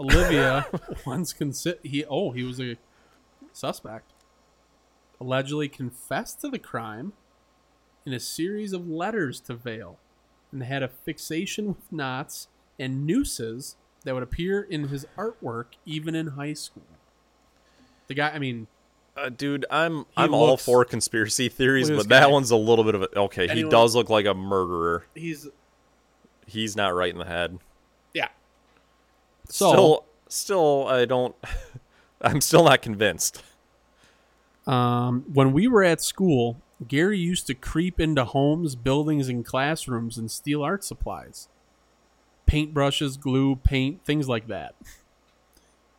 Olivia once consi- he oh he was a suspect, allegedly confessed to the crime in a series of letters to Vale, and had a fixation with knots and nooses that would appear in his artwork even in high school. The guy, I mean,
Uh, dude, I'm I'm all
looks-
for conspiracy theories,
Look at
but
this guy.
that one's a little bit of a okay.
And
he
he
does look like a murderer.
he's
He's not right in the head.
yeah. So
still, still, I don't. I'm still not convinced.
Um, when we were at school, Gary used to creep into homes, buildings, and classrooms and steal art supplies paintbrushes, glue, paint, things like that.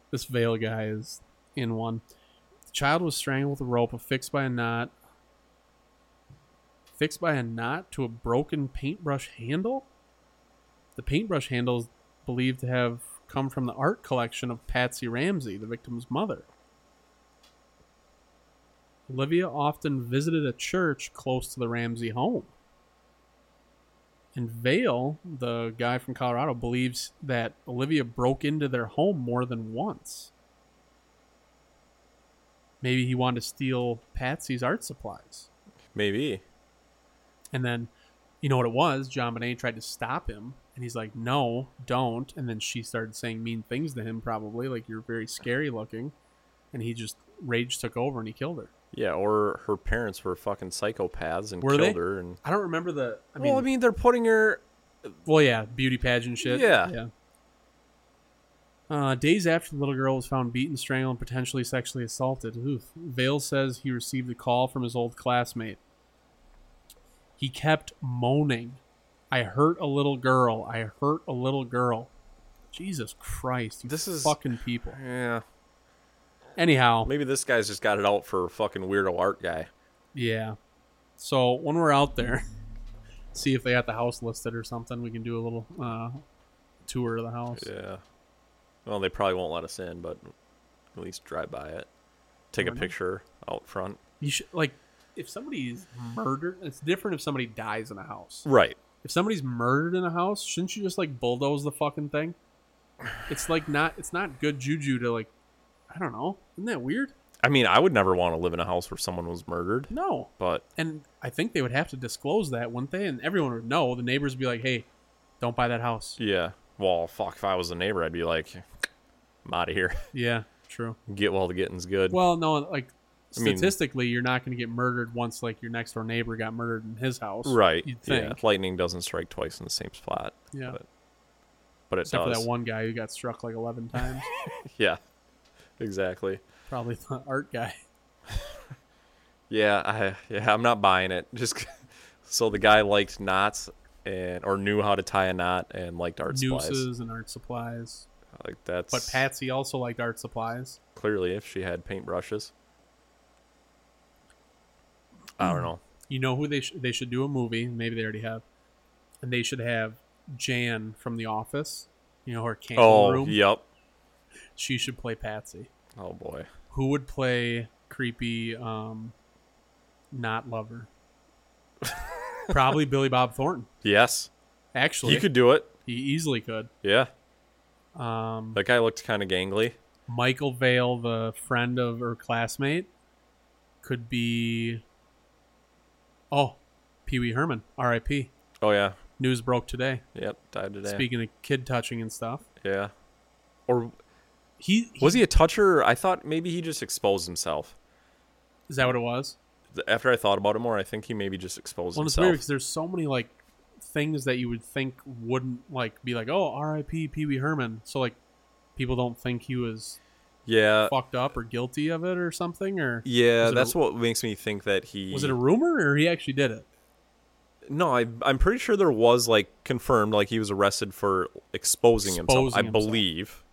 This veil guy is in one. The child was strangled with a rope affixed by a knot. Fixed by a knot to a broken paintbrush handle? The paintbrush handle is believed to have come from the art collection of Patsy Ramsey, the victim's mother. Olivia often visited a church close to the Ramsey home. And Vale, the guy from Colorado, believes that Olivia broke into their home more than once. Maybe he wanted to steal Patsy's art supplies.
Maybe.
And then, you know what it was? John Bonet tried to stop him, and he's like, "No, don't." And then she started saying mean things to him, probably like, "You're very scary looking," and he just rage took over and he killed her.
Yeah, or her parents were fucking psychopaths and
Were they?
killed her. And
I don't remember the. I mean,
well, I mean, they're putting her.
Well, yeah, beauty pageant shit.
Yeah.
yeah. Uh, days after the little girl was found beaten, strangled, and potentially sexually assaulted, Oof. Vale says he received a call from his old classmate. He kept moaning, "I hurt a little girl. I hurt a little girl." Jesus Christ! You
This is-
fucking people.
Yeah,
Anyhow,
maybe this guy's just got it out for a fucking weirdo art guy.
Yeah. So when we're out there, see if they got the house listed or something. We can do a little uh, tour of the house.
Yeah. Well, they probably won't let us in, but at least drive by it, take a
Why not?
picture out front.
You should like if somebody's
Mm-hmm.
murdered. It's different if somebody dies in a house.
Right.
If somebody's murdered in a house, shouldn't you just like bulldoze the fucking thing? It's like not. It's not good juju to like. I don't know. Isn't that weird?
I mean, I would never want to live in a house where someone was murdered,
No.
but
And I think they would have to disclose that, wouldn't they? And everyone would know. The neighbors would be like, "Hey, don't buy that house."
yeah. Well, fuck, if I was a neighbor, I'd be like, I'm out of here.
Yeah, true.
Get while the getting's good.
Well, no, like
I mean-
statistically, you're not going to get murdered once like your next door neighbor got murdered in his house,
right.
You'd
Yeah.
think,
Lightning doesn't strike twice in the same spot,
yeah.
but- but it
Except for
does.
that one guy who got struck like eleven times,
Yeah. Exactly.
probably the art guy.
Yeah, I yeah, I'm not buying it. Just so the guy liked knots and or knew how to tie a knot and liked art supplies.
Nooses and art supplies.
Like that's
But Patsy also liked art supplies.
clearly if she had paintbrushes. I don't know.
You know who they sh- they should do a movie. Maybe they already have, and they should have Jan from The Office. You know her candle
Oh,
room.
yep.
She should play Patsy.
Oh boy.
Who would play creepy, um, not lover? Probably Billy Bob Thornton.
Yes.
Actually,
He could do it.
he easily could.
Yeah.
Um,
That guy looked kind of gangly.
Michael Vale, the friend of her classmate, could be. Oh, Pee Wee Herman, R.I.P.
Oh yeah.
News broke today.
Yep, died today.
Speaking of kid touching and stuff,
Yeah. Or
he,
was he a toucher? I thought maybe he just exposed himself.
Is that what it was?
Th- After I thought about it more, I think he maybe just exposed
Well, it's
himself.
weird because there's so many like things that you would think wouldn't like be like, oh, R.I.P. Pee Wee Herman. So like, people don't think he was
Yeah,
fucked up or guilty of it or something. Or
yeah.
was it
That's
a,
what makes me think that he
was it a rumor or he actually did it?
No, I, I'm pretty sure there was like confirmed like he was arrested for exposing, himself.
Exposing
I
himself.
believe.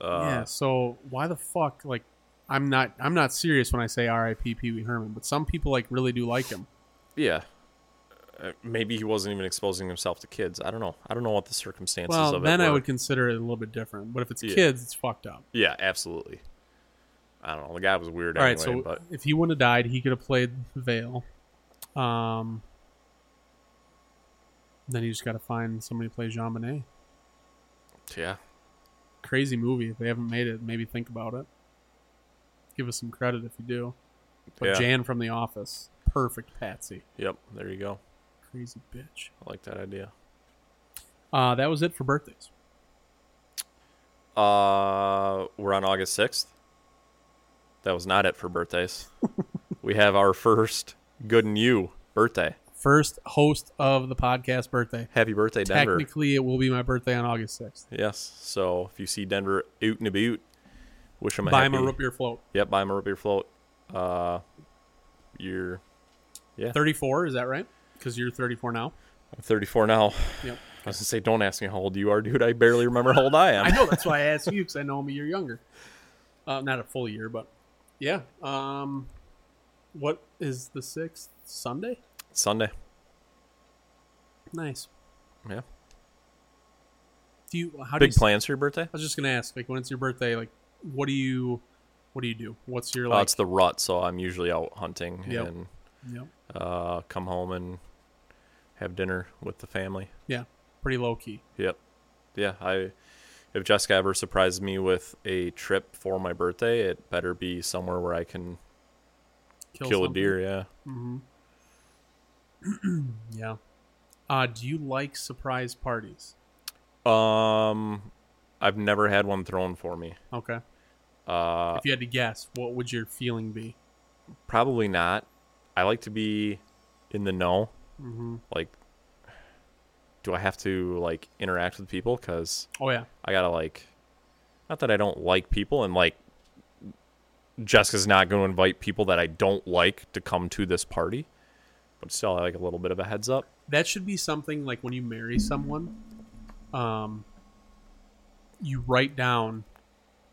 Uh,
yeah. So why the fuck like. I'm not. I'm not serious when I say R.I.P. Pee Wee Herman, but some people like really do like him.
Yeah. Uh, maybe he wasn't even exposing himself to kids. I don't know. I don't know what the circumstances
Well,
of
then
it were.
I would consider it a little bit different. But if it's
Yeah.
kids, it's fucked up.
Yeah, absolutely. I don't know. The guy was weird
All right,
anyway,
so
but
if he wouldn't have died, he could have played Vale. Um, then you just got to find somebody to play Jean Bonnet.
yeah.
Crazy movie. If they haven't made it, maybe think about it. Give us some credit if you do. But
Yeah.
Jan from The Office, perfect Patsy.
Yep, there you go.
Crazy bitch.
I like that idea.
Uh, that was it for birthdays.
Uh we're on August 6th. That was not it for birthdays. we have our first good and you birthday.
First host of the podcast birthday.
Happy birthday, Denver.
Technically, it will be my birthday on August 6th.
Yes. So if you see Denver out and about, wish him a
Buy him
happy.
a root beer float.
Yep, buy him a root beer float. Uh, you're
34, is that right? Because you're 34 now.
I'm 34 now.
Yep.
I was gonna say, don't ask me how old you are, dude. I barely remember how old I am.
I know that's why I asked you because I know I'm a year younger. Uh, not a full year, but yeah. Um, what is the sixth Sunday?
Sunday.
Nice.
Yeah.
Do you? How do you?
Big
s-
plans for your birthday?
I was just gonna ask, like, when it's your birthday, like, what do you, what do you do? What's your
Uh,
like?
it's the rut, so I'm usually out hunting
Yep.
and
you know,
uh, come home and have dinner with the family.
yeah, pretty low key.
Yep. Yeah, I if Jessica ever surprises me with a trip for my birthday, it better be somewhere where I can kill, a
something.
deer, yeah.
Yeah. Uh, do you like surprise parties?
Um, I've never had one thrown for me.
Okay.
Uh,
If you had to guess, what would your feeling be?
probably not. I like to be in the know. Mm-hmm. Like, do I have to like interact with people? Because
Oh yeah.
I gotta like, not that I don't like people, and like, Jessica's not going to invite people that I don't like to come to this party. But still, I like a little bit of a heads up.
that should be something like when you marry someone um you write down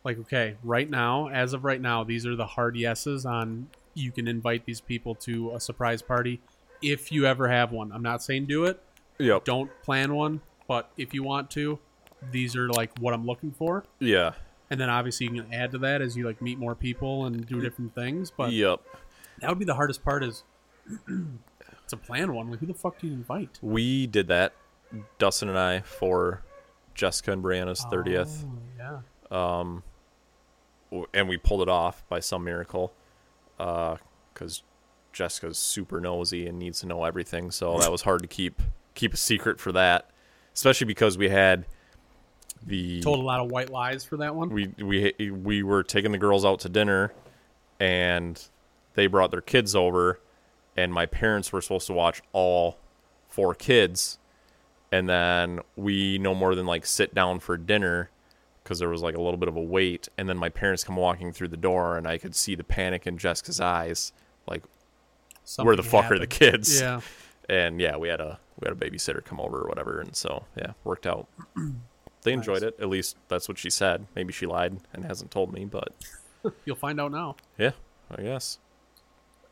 like okay right now as of right now these are the hard yeses on you can invite these people to a surprise party if you ever have one i'm not saying do it
Yep.
don't plan one but if you want to these are like what i'm looking for
Yeah.
and then obviously you can add to that as you like meet more people and do different things but
Yep.
that would be the hardest part is to plan one like who the fuck do you invite
We did that, Dustin and I, for Jessica and Brianna's 30th.
Oh, yeah
and we pulled it off by some miracle because jessica's super nosy and needs to know everything so that was hard to keep keep a secret for that especially because we had the
told a lot of white lies for that one.
we we we were taking the girls out to dinner and they brought their kids over and my parents were supposed to watch all four kids and then we no more than like sit down for dinner because there was like a little bit of a wait and then my parents come walking through the door and i could see the panic in jessica's eyes like where
Something
the fuck are the
happened.
kids
Yeah,
and yeah we had a we had a babysitter come over or whatever and so yeah worked out they enjoyed it at least that's what she said maybe she lied and hasn't told me but
you'll find out now.
yeah i guess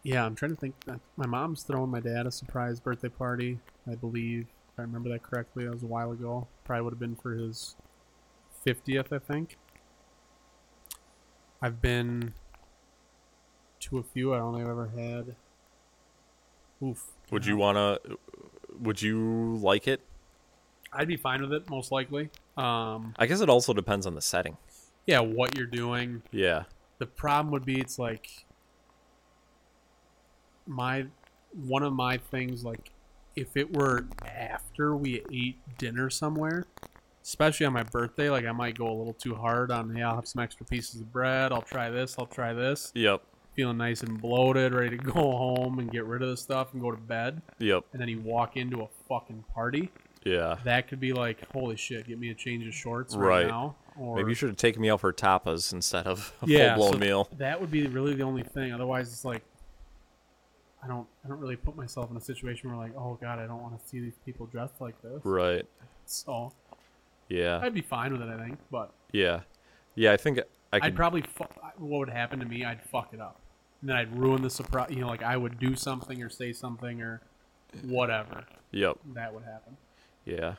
Yeah, I'm trying to think. Uh, My mom's throwing my dad a surprise birthday party. I believe if I remember that correctly. That was a while ago. Probably would have been for his fiftieth, I think. I've been to a few. I don't think I've ever had. Oof.
would you want to would you like it
I'd be fine with it, most likely. Um,
i guess it also depends on the setting
yeah, what you're doing,
yeah
the problem would be it's like my one of my things like if it were after we ate dinner somewhere especially on my birthday like i might go a little too hard on yeah i'll have some extra pieces of bread i'll try this i'll try this
yep
feeling nice and bloated, ready to go home and get rid of the stuff and go to bed,
Yep.
and then you walk into a fucking party.
Yeah.
That could be like, holy shit, get me a change of shorts
Right.
right, now. Or
Maybe you should have taken me out for tapas instead of a
yeah,
full blown
so
meal.
That would be really the only thing. Otherwise, it's like I don't, I don't really put myself in a situation where like, oh god, I don't want to see these people dressed like this.
Right.
So
Yeah.
I'd be fine with it, I think. But
Yeah. Yeah. I think I
I'd
could.
probably fu- what would happen to me? I'd fuck it up, and then I'd ruin the surprise. You know, like I would do something or say something or whatever
yep.
that would happen.
Yeah.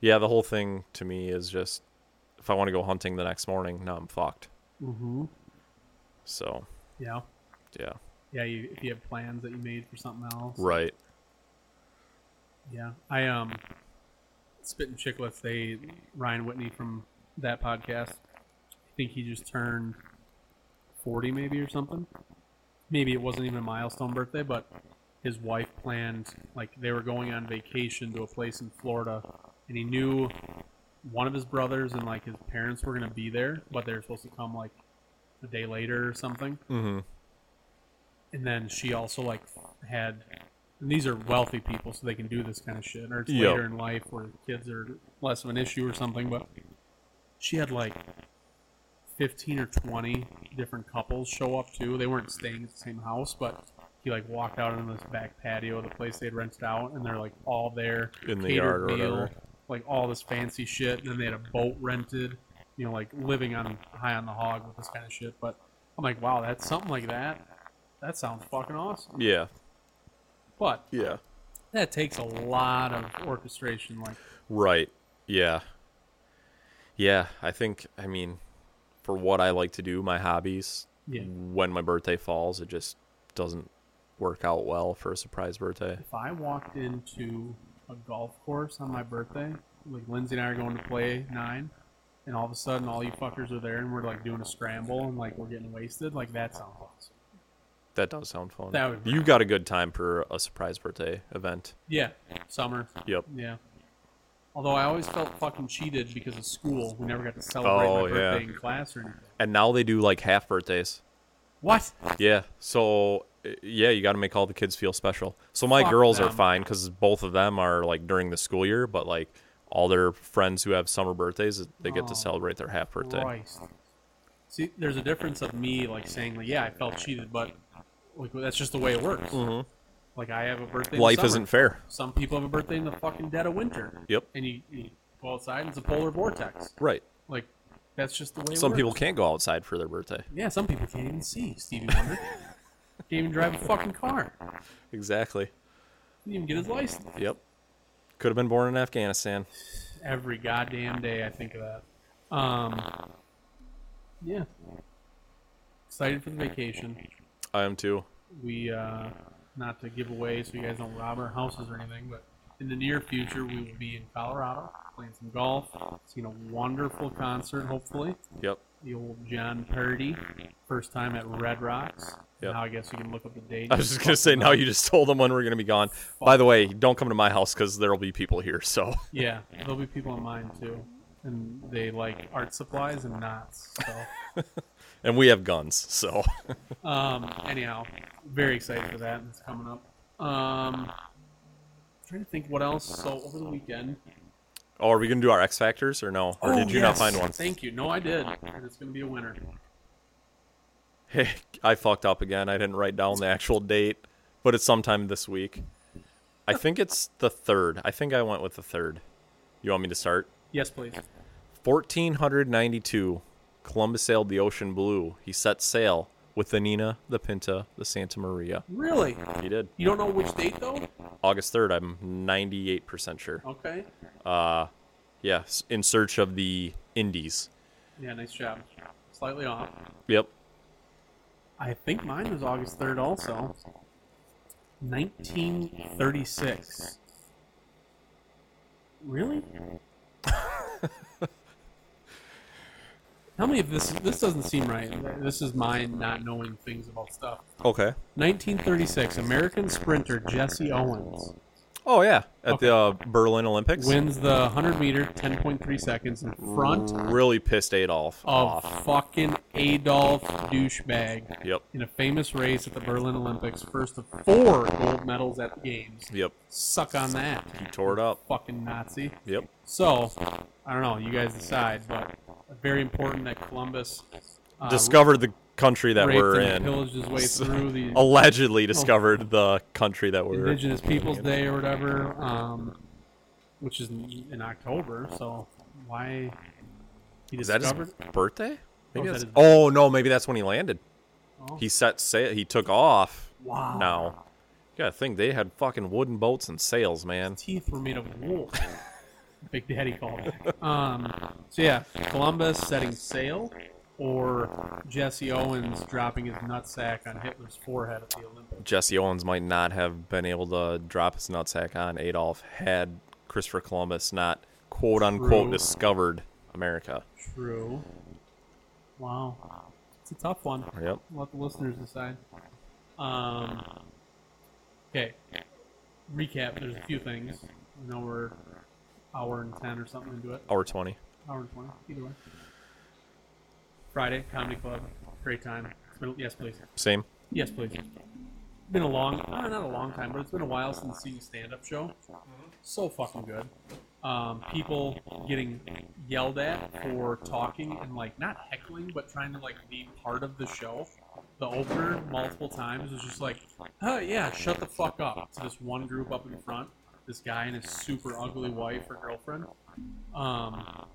Yeah. The whole thing to me is just if I want to go hunting the next morning, now I'm fucked.
Mm-hmm.
So
You know,
yeah.
yeah. You, if you have plans that you made for something else,
Right.
Yeah, I um, spitting chicklets. They Ryan Whitney from that podcast. I think he just turned forty, maybe or something. Maybe it wasn't even a milestone birthday, but his wife planned like they were going on vacation to a place in Florida, and he knew one of his brothers and like his parents were gonna be there, but they were supposed to come like a day later or something
Mm-hmm.
and then she also like had and these are wealthy people so they can do this kind of shit or it's
Yep.
later in life where kids are less of an issue or something but she had like 15 or 20 different couples show up too they weren't staying at the same house but he like walked out on this back patio of the place they had rented out and they're like all there
In the
catered
yard or
meal,
whatever.
like all this fancy shit and then they had a boat rented you know like living on high on the hog with this kind of shit but i'm like wow that's something like that that sounds fucking awesome.
Yeah.
But
Yeah.
that takes a lot of orchestration. Like,
Right. Yeah. Yeah. I think, I mean, for what I like to do, my hobbies,
Yeah.
when my birthday falls, it just doesn't work out well for a surprise birthday.
if I walked into a golf course on my birthday, like Lindsay and I are going to play nine, and all of a sudden all you fuckers are there and we're like doing a scramble and like we're getting wasted, like that sounds awesome.
That does sound fun.
That would be-
you got a good time for a surprise birthday event.
Yeah, summer.
Yep.
Yeah. Although I always felt fucking cheated because of school. We never got to celebrate
Oh,
my
yeah.
birthday in class or anything.
And now they do like half birthdays.
What?
Yeah. So, uh, yeah, you got to make all the kids feel special. So, my
Fuck
girls are
them.
fine because both of them are like during the school year, but like all their friends who have summer birthdays, they get
Oh.
to celebrate their half birthday.
Christ. See, there's a difference of me like saying like, yeah, I felt cheated, but like that's just the way it works.
Mhm.
Like I have a birthday. in
Life
summer.
isn't fair.
Some people have a birthday in the fucking dead of winter.
Yep.
And you, you go outside and it's a polar vortex.
Right.
Like that's just the way. It
Some people
works.
can't go outside for their birthday.
Yeah, some people can't even see Stevie Wonder. can't even drive a fucking car. Can't
Exactly.
even get his license.
Yep. Could have been born in Afghanistan.
Every goddamn day I think of that. Um. Yeah. Excited for the vacation.
I am too.
we uh, not to give away so you guys don't rob our houses or anything, but in the near future we will be in Colorado playing some golf, seeing a wonderful concert hopefully.
Yep.
The old John Purdy, first time at Red Rocks.
Yep.
Now I guess you can look up the date.
I was just gonna say now you just told them when we're gonna be gone. By the way, don't come to my house because there'll be people here. So
Yeah, there'll be people in mine too, and they like art supplies and knots. So.
and we have guns. So
Um, anyhow, very excited for that. It's coming up. Um, trying to think what else. So over the weekend.
oh, are we gonna do our X factors or no? Or
Oh,
did you
yes.
not find one?
Thank you. No, I did. And it's going to be a winner.
Hey, I fucked up again. I didn't write down the actual date, but it's sometime this week. I think it's the third. I think I went with the third. You want me to start?
Yes, please.
1492, Columbus sailed the ocean blue. He set sail with the Nina, the Pinta, the Santa Maria.
Really?
He did.
You don't know which date, though?
August 3rd, I'm 98% sure.
Okay.
Yes, in search of the Indies.
Yeah, nice job. Slightly off.
Yep.
I think mine was August 3rd, also. 1936. Really? Tell me if this this doesn't seem right. This is mine not knowing things about stuff.
Okay.
1936, American sprinter Jesse Owens
Oh yeah, at
Okay.
the uh, Berlin Olympics.
Wins the 100 meter, 10.3 seconds in front
Really pissed Adolf
Oh.
off.
of fucking Adolf douchebag
Yep.
in a famous race at the Berlin Olympics, first of four gold medals at the games.
Yep.
Suck on that,
He tore it up.
fucking Nazi.
Yep.
So, I don't know. You guys decide, but very important that Columbus uh,
discovered the country that
raped
we're
and
in.
pillaged his way through the
Allegedly discovered the country that we're in.
Oh. Indigenous Peoples Day or whatever, um, which is in in October. So why he
Is that his
discovered?
birthday? Maybe
Oh,
that's-
that is-
oh no, maybe that's when he landed.
Oh.
He set sail. He took off.
Wow.
Now, yeah, I think they had fucking wooden boats and sails, man.
teeth were made of wool. Big Daddy called. it. Um, so yeah, Columbus setting sail, or Jesse Owens dropping his nutsack on Hitler's forehead at the Olympics.
Jesse Owens might not have been able to drop his nutsack on Adolf had Christopher Columbus not quote unquote
True.
discovered America.
True. Wow. It's a tough one.
Yep.
Let the listeners decide. Um, okay. Recap. There's a few things. I know we're hour and ten or something into it.
Hour 20.
Hour and twenty. Either way. Friday comedy club. Great time. It's been, yes, please.
Same.
Yes, please. Been a long, uh, not a long time, but it's been a while since seeing a stand-up show. So fucking good. Um, people getting yelled at for talking and like not heckling, but trying to like be part of the show. The opener multiple times was just like, "Oh yeah, shut the fuck up." To this one group up in front, this guy and his super ugly wife or girlfriend. Um,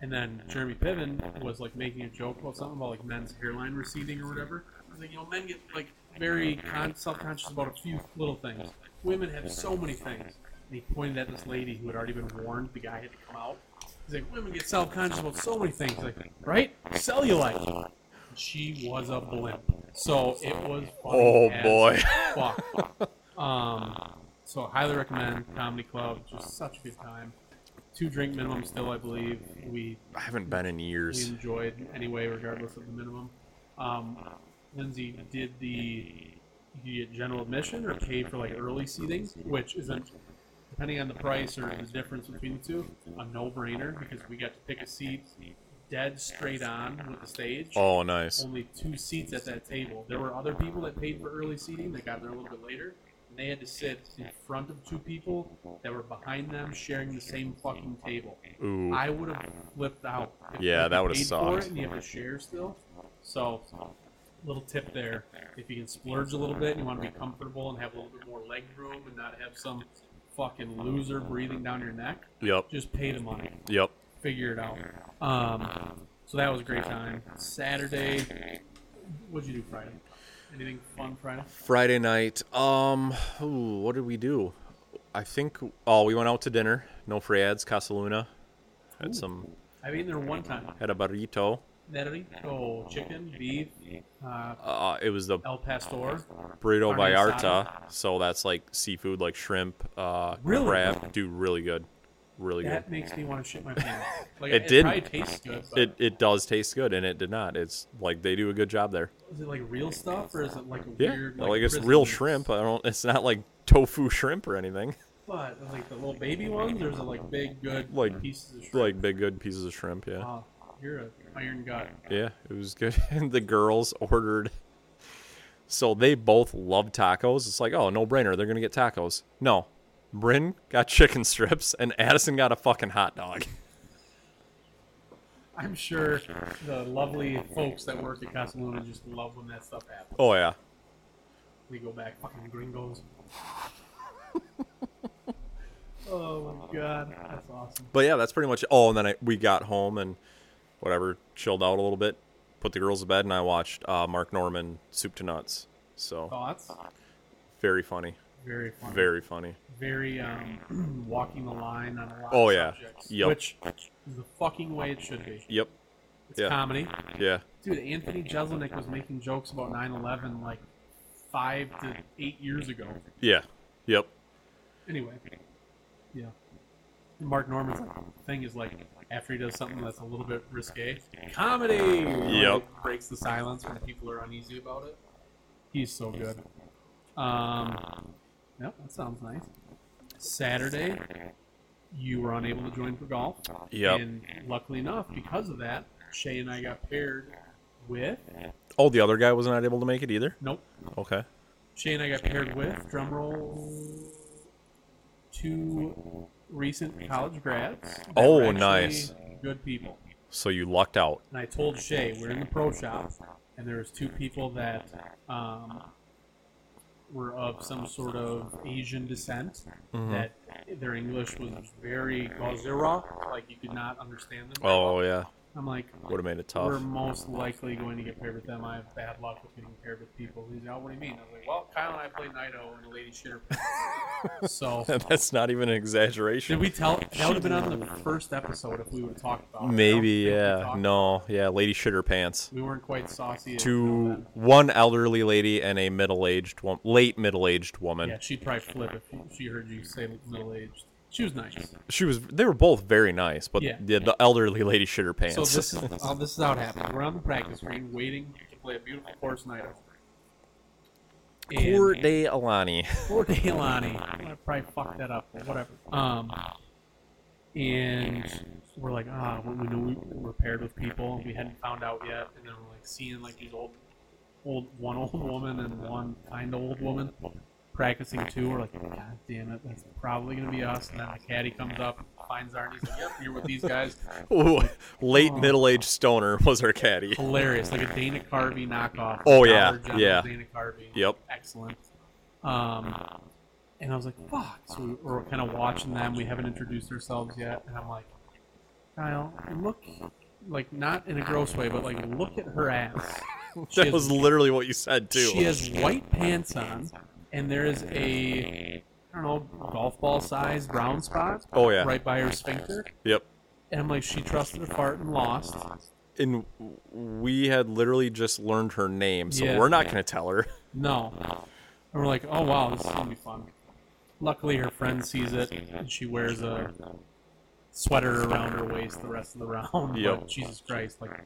and then Jeremy Piven was like making a joke about something about like men's hairline receding or whatever. I was like, you know, men get like very con- self-conscious about a few little things. Women have so many things. And he pointed at this lady who had already been warned. The guy had to come out. He's like, women get self-conscious about so many things. He's like, right? Cellulite. She was a blimp. So it was. funny
Oh,
as
boy.
Fuck. Um, so I highly recommend Comedy Club. Just such a good time. Two drink minimum still, I believe. We
I haven't been in
we
years.
enjoyed anyway, regardless of the minimum. Um, Lindsay did the you get general admission or pay for like early seating, which isn't depending on the price or the difference between the two, a no-brainer because we got to pick a seat dead straight on with the stage
Oh, nice.
only two seats at that table. There were other people that paid for early seating that got there a little bit later, and they had to sit in front of two people that were behind them sharing the same fucking table.
Ooh.
I would have flipped out. if
Yeah,
you
that would've
paid for
sucked.
it And you have to share still. So, little tip there: if you can splurge a little bit, you want to be comfortable and have a little bit more leg room, and not have some fucking loser breathing down your neck.
Yep.
Just pay the money
Yep.
figure it out. Um, so that was a great time. Saturday, what'd you do Friday? Anything fun Friday?
Friday night. Um, ooh, what did we do? I think. Oh, we went out to dinner. No free ads. Casa Luna. Had some.
I've eaten there one time.
Had a burrito.
Nerito, chicken, beef, uh,
Uh, it was the
El Pastor.
burrito
carne
Vallarta. So that's like seafood, like shrimp, uh,
Really?
crab. Dude, really good. Really
That makes me want to shit my pants. Like,
It
it,
didn't.
probably tastes good. But
good. It it does taste good, and it did not. It's like they do a good job there.
is it like real stuff or is it like a
Yeah,
weird?
like, it's
prison
real
meat?
shrimp. I don't. It's not like tofu shrimp or anything.
But like the little baby ones, or is it like big, good
Like-
pieces of shrimp?
Like big, good pieces of shrimp. Yeah.
Wow, you're a iron god.
Yeah, it was good. And the girls ordered. So they both love tacos. It's like, oh, no brainer. They're going to get tacos. No. Bryn got chicken strips and Addison got a fucking hot dog.
I'm sure the lovely folks that work at Casa Luna just love when that stuff happens.
Oh, yeah.
We go back, fucking gringos. oh my god, that's awesome.
But yeah, that's pretty much Oh, and then I, we got home and whatever, chilled out a little bit, put the girls to bed, and I watched uh, Mark Norman Soup to Nuts. So
Thoughts?
very funny.
Very fun.
Very funny.
very um, walking the line on a lot
Oh,
of
yeah.
subjects,
Yep.
which is the fucking way it should be.
Yep.
It's
Yeah.
comedy,
Yeah.
dude. Anthony Jeselnik was making jokes about 9/11 like five to eight years ago.
Yeah. Yep.
Anyway, yeah. And Mark Norman's thing is like after he does something that's a little bit risque, comedy.
Yep.
Like, breaks the silence when people are uneasy about it. He's so good. Um, yep, that sounds nice. Saturday, you were unable to join for golf.
Yep.
And luckily enough, because of that, Shay and I got paired with.
Oh, the other guy was not able to make it either.
Nope.
Okay.
Shay and I got paired with, drumroll, two recent college grads. that
Oh,
were actually
nice.
Good people.
So you lucked out.
and I told Shay we're in the pro shop, and there was two people that um, were of some sort of Asian descent.
Mm-hmm.
That their English was very gozera, like you could not understand them.
Oh yeah,
I'm like,
would have made it
we're
tough.
most likely going to get paired with them. I have bad luck with getting paired with people. He's like, oh, what do you mean? I was like, well, Kyle and I played in Idaho, and the lady shit her pants. so.
That's not even an exaggeration.
Did we tell? That would have been on the first episode if we would have talked about it. I don't
Maybe
think we
yeah.
talked-
No yeah. Lady shit her pants.
We weren't quite saucy. enough
to
then.
one elderly lady and a middle-aged, wo- late middle-aged woman.
Yeah, she'd probably flip if she heard you say middle aged. She was nice.
She was. They were both very nice, but
Yeah.
the, the elderly lady shit her pants.
So this is oh, this is how it happened. We're on the practice green, waiting to play a beautiful course night. And
Poor day Alani.
poor Delaney. I probably fucked that up, but whatever. Um, and we're like, ah, we we know we were paired with people we hadn't found out yet, and then we're like seeing like these old, old one old woman and one kind of old woman practicing too. We're like, god damn it, that's probably gonna be us. And then the caddy comes up, finds our, and he's like, yep, you're with these guys. Oh
Ooh, late middle-aged stoner was her caddy.
hilarious, like a Dana Carvey knockoff.
Oh, yeah,
Dollar General
yeah.
Dana Carvey.
Yep.
excellent. Um, and I was like, "Fuck!" So we we're kind of watching them. We haven't introduced ourselves yet, and I'm like, "Kyle, look, like not in a gross way, but like look at her ass. She
That
has-
was literally what you said too.
She has white pants on, and there is a I don't know golf ball size brown spot.
Oh, yeah.
right by her sphincter.
Yep.
And I'm like, she trusted her fart and lost.
And w- we had literally just learned her name, so
Yeah.
we're not gonna tell her.
No. And we're like, oh wow, this is gonna be fun. Luckily, her friend sees it, and she wears a sweater around her waist the rest of the round.
Yep.
But Jesus Christ, like,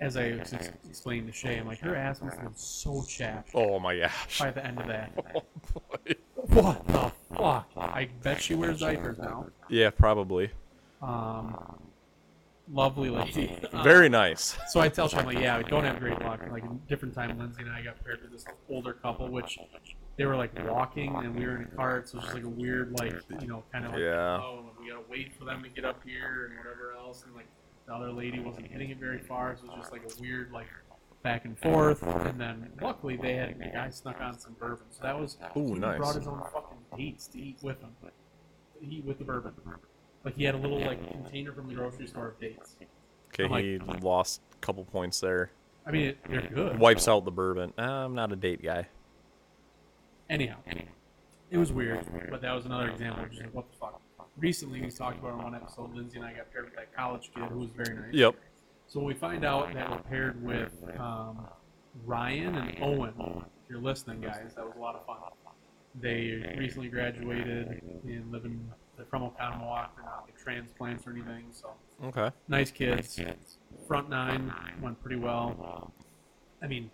as I ex- explained to Shay, I'm like, her ass must have been so chapped
Oh my gosh.
by the end of that.
Oh, boy.
What the fuck? I bet she wears diapers now.
Yeah, probably.
Um, lovely lady.
Very nice.
So I tell Sean, like, yeah, I don't have great luck. Like, a different time, Lindsay and I got paired with this older couple, which they were, like, walking, and we were in a cart, so it was just, like, a weird, like, you know, kind of like,
Yeah.
oh, we gotta wait for them to get up here and whatever else. And, like, the other lady wasn't hitting it very far, so it was just, like, a weird, like, back and forth. And then, luckily, they had a guy snuck on some bourbon, so that was, he
Ooh, nice.
brought his own fucking dates to eat with him, to eat with the bourbon. Like, he had a little, like, container from the grocery store of dates.
Okay,
I'm like-
he lost a couple points there.
I mean, it, they're good.
Wipes out the bourbon. Uh, I'm not a date guy.
Anyhow, it was weird, but that was another example of just like, what the fuck. Recently, we talked about on one episode, Lindsay and I got paired with that college kid who was very nice.
Yep.
So we find out that we're paired with um, Ryan and Owen. If you're listening, guys, that was a lot of fun. They recently graduated and live in, they're from Oconomowoc. They're not like transplants or anything, so
Okay.
nice kids. Front nine went pretty well. I mean,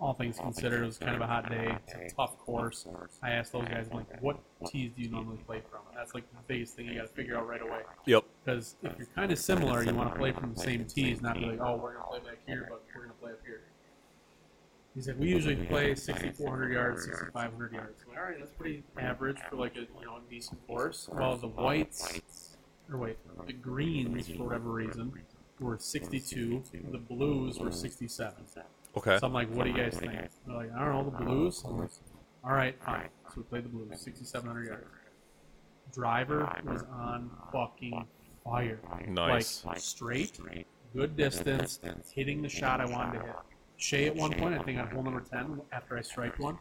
all things considered, it was kind of a hot day. It's a tough course. I asked those guys, I'm like, what tees do you normally play from? And that's like the biggest thing you got to figure out right away.
Yep.
Because if you're kind of similar, you want to play from the same tees, not be like, oh, we're going to play back here, but we're going to play up here. He said, we usually play 6,400 yards, 6,500 yards. I'm like, all right, that's pretty average for like a you know a decent course. Well, the whites, or wait, the greens for whatever reason were 62, the blues were 67.
Okay.
So I'm like, what do you guys think? They're like, I don't know, the blues. I'm like, all right, fine. So we played the blues, 6,700 yards. Driver was on fucking fire.
Nice.
Like, straight, good distance, hitting the shot I wanted to hit. Shay at one point, I think on hole number 10, after I strike one,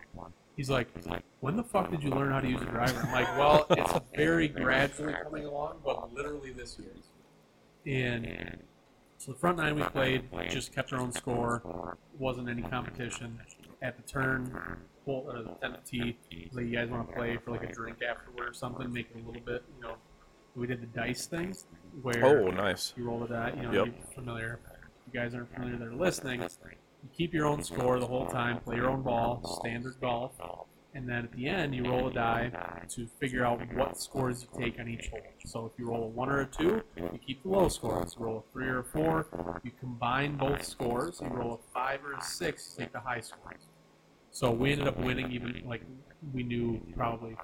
he's like, when the fuck did you learn how to use a driver? I'm like, well, it's very gradually coming along, but literally this year. And so the front nine we played just kept our own score. Wasn't any competition. At the turn, pull uh, the tenth tee. So you guys want to play for like a drink afterward or something? Make it a little bit, you know. We did the dice thing where
Oh, nice.
you roll a die. You know,
Yep.
you're familiar. If you guys aren't familiar, they're listening. You keep your own score the whole time. Play your own ball. Standard golf. and then at the end you roll a die to figure out what scores you take on each hole. So if you roll a one or a two, you keep the low scores. You roll a three or a four, you combine both scores. You roll a five or a six, you take the high scores. So we ended up winning, even like we knew probably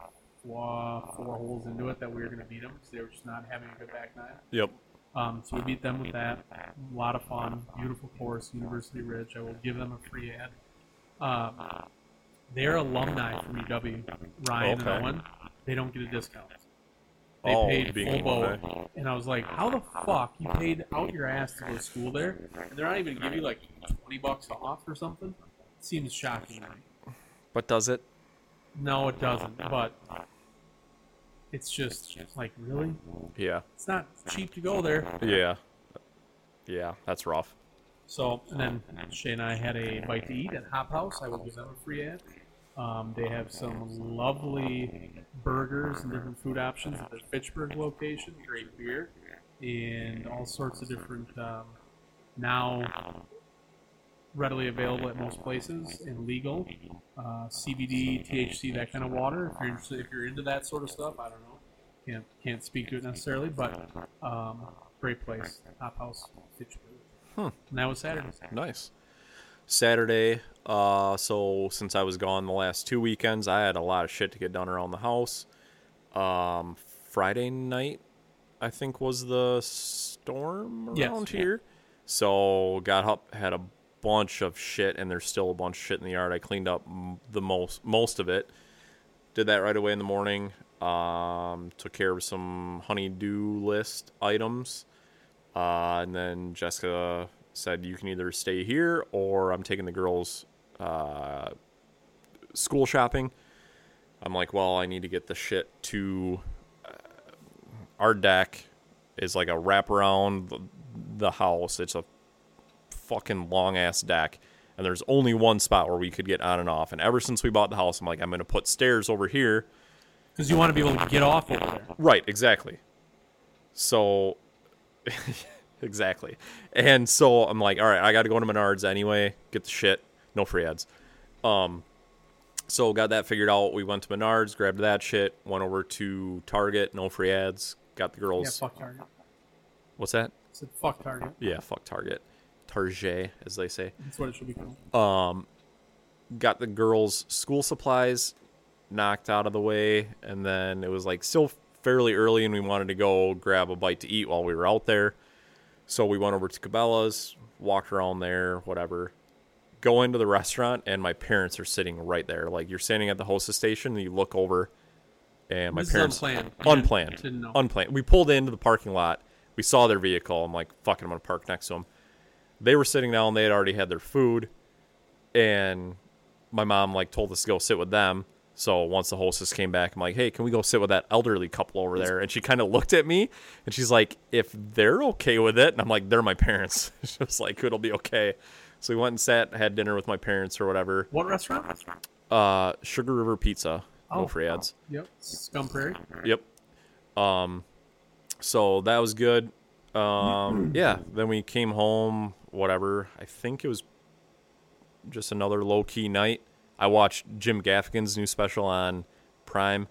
four, four holes into it that we were going to beat them because they were just not having a good back nine.
Yep.
Um, so we beat them with that. A lot of fun. Beautiful course, University Ridge. I will give them a free ad. Um, they're alumni from UW, Ryan
Okay.
and Owen. They don't get a discount. They
Oh,
paid full
being
boat.
alumni.
And I was like, how the fuck? You paid out your ass to go to school there, and they're not even gonna give you like 20 bucks off or something? Seems shocking to me.
But does it?
No, it doesn't, but it's just like, really?
Yeah.
It's not cheap to go there.
Yeah. Yeah. That's rough.
So, and then Shay and I had a bite to eat at Hop House. I will give them a free ad. Um, they have some lovely burgers and different food options at their Fitchburg location. Great beer and all sorts of different um, now readily available at most places and legal uh, CBD, THC, that kind of water. If you're interested, if you're into that sort of stuff, I don't know. Can't can't speak to it necessarily, but um, great place, Hop House, Fitchburg. And that was Saturday.
Nice. Saturday. Uh, so since I was gone the last two weekends, I had a lot of shit to get done around the house. Um, Friday night, I think was the storm around
Yes.
here. So got up, had a bunch of shit, and there's still a bunch of shit in the yard. I cleaned up m- the most most of it. Did that right away in the morning. Um, took care of some honeydew list items. Uh, and then Jessica said, "You can either stay here or I'm taking the girls uh, school shopping." I'm like, "Well, I need to get the shit to uh, our deck. Is like a wraparound the, the house. It's a fucking long ass deck." And there's only one spot where we could get on and off. And ever since we bought the house, I'm like, I'm going to put stairs over here
Because you want to be able to get off over there.
Right, exactly. So, exactly. And so I'm like, all right, I got to go to Menards anyway, get the shit. No free ads. Um, so got that figured out. We went to Menards, grabbed that shit, went over to Target, no free ads, got the
Yeah,
girls.
fuck Target. I
What's that?
said fuck Target.
Yeah, fuck Target. Target, as they say.
That's what it should be called.
got the girls' school supplies knocked out of the way, and then it was like still fairly early, and we wanted to go grab a bite to eat while we were out there. So we went over to Cabela's, walked around there, whatever. Go into the restaurant, and my parents are sitting right there. Like you're standing at the hostess station, and you look over, and my
This is
parents
unplanned. You didn't-
unplanned,
didn't know.
unplanned. We pulled into the parking lot. We saw their vehicle. I'm like, fucking, I'm gonna park next to them. They were sitting down. They had already had their food, and my mom like told us to go sit with them. So once the hostess came back, I'm like, "Hey, can we go sit with that elderly couple over there?" And she kind of looked at me, and she's like, "If they're okay with it," and I'm like, "They're my parents." she was like, "It'll be okay." So we went and sat, had dinner with my parents or whatever.
What restaurant?
Uh, Sugar River Pizza, no
Oh.
free ads.
Yep. Scum Prairie.
Yep. Um, so that was good. Um, yeah. Then we came home. Whatever. I think it was just another low key night. I watched Jim Gaffigan's new special on Prime.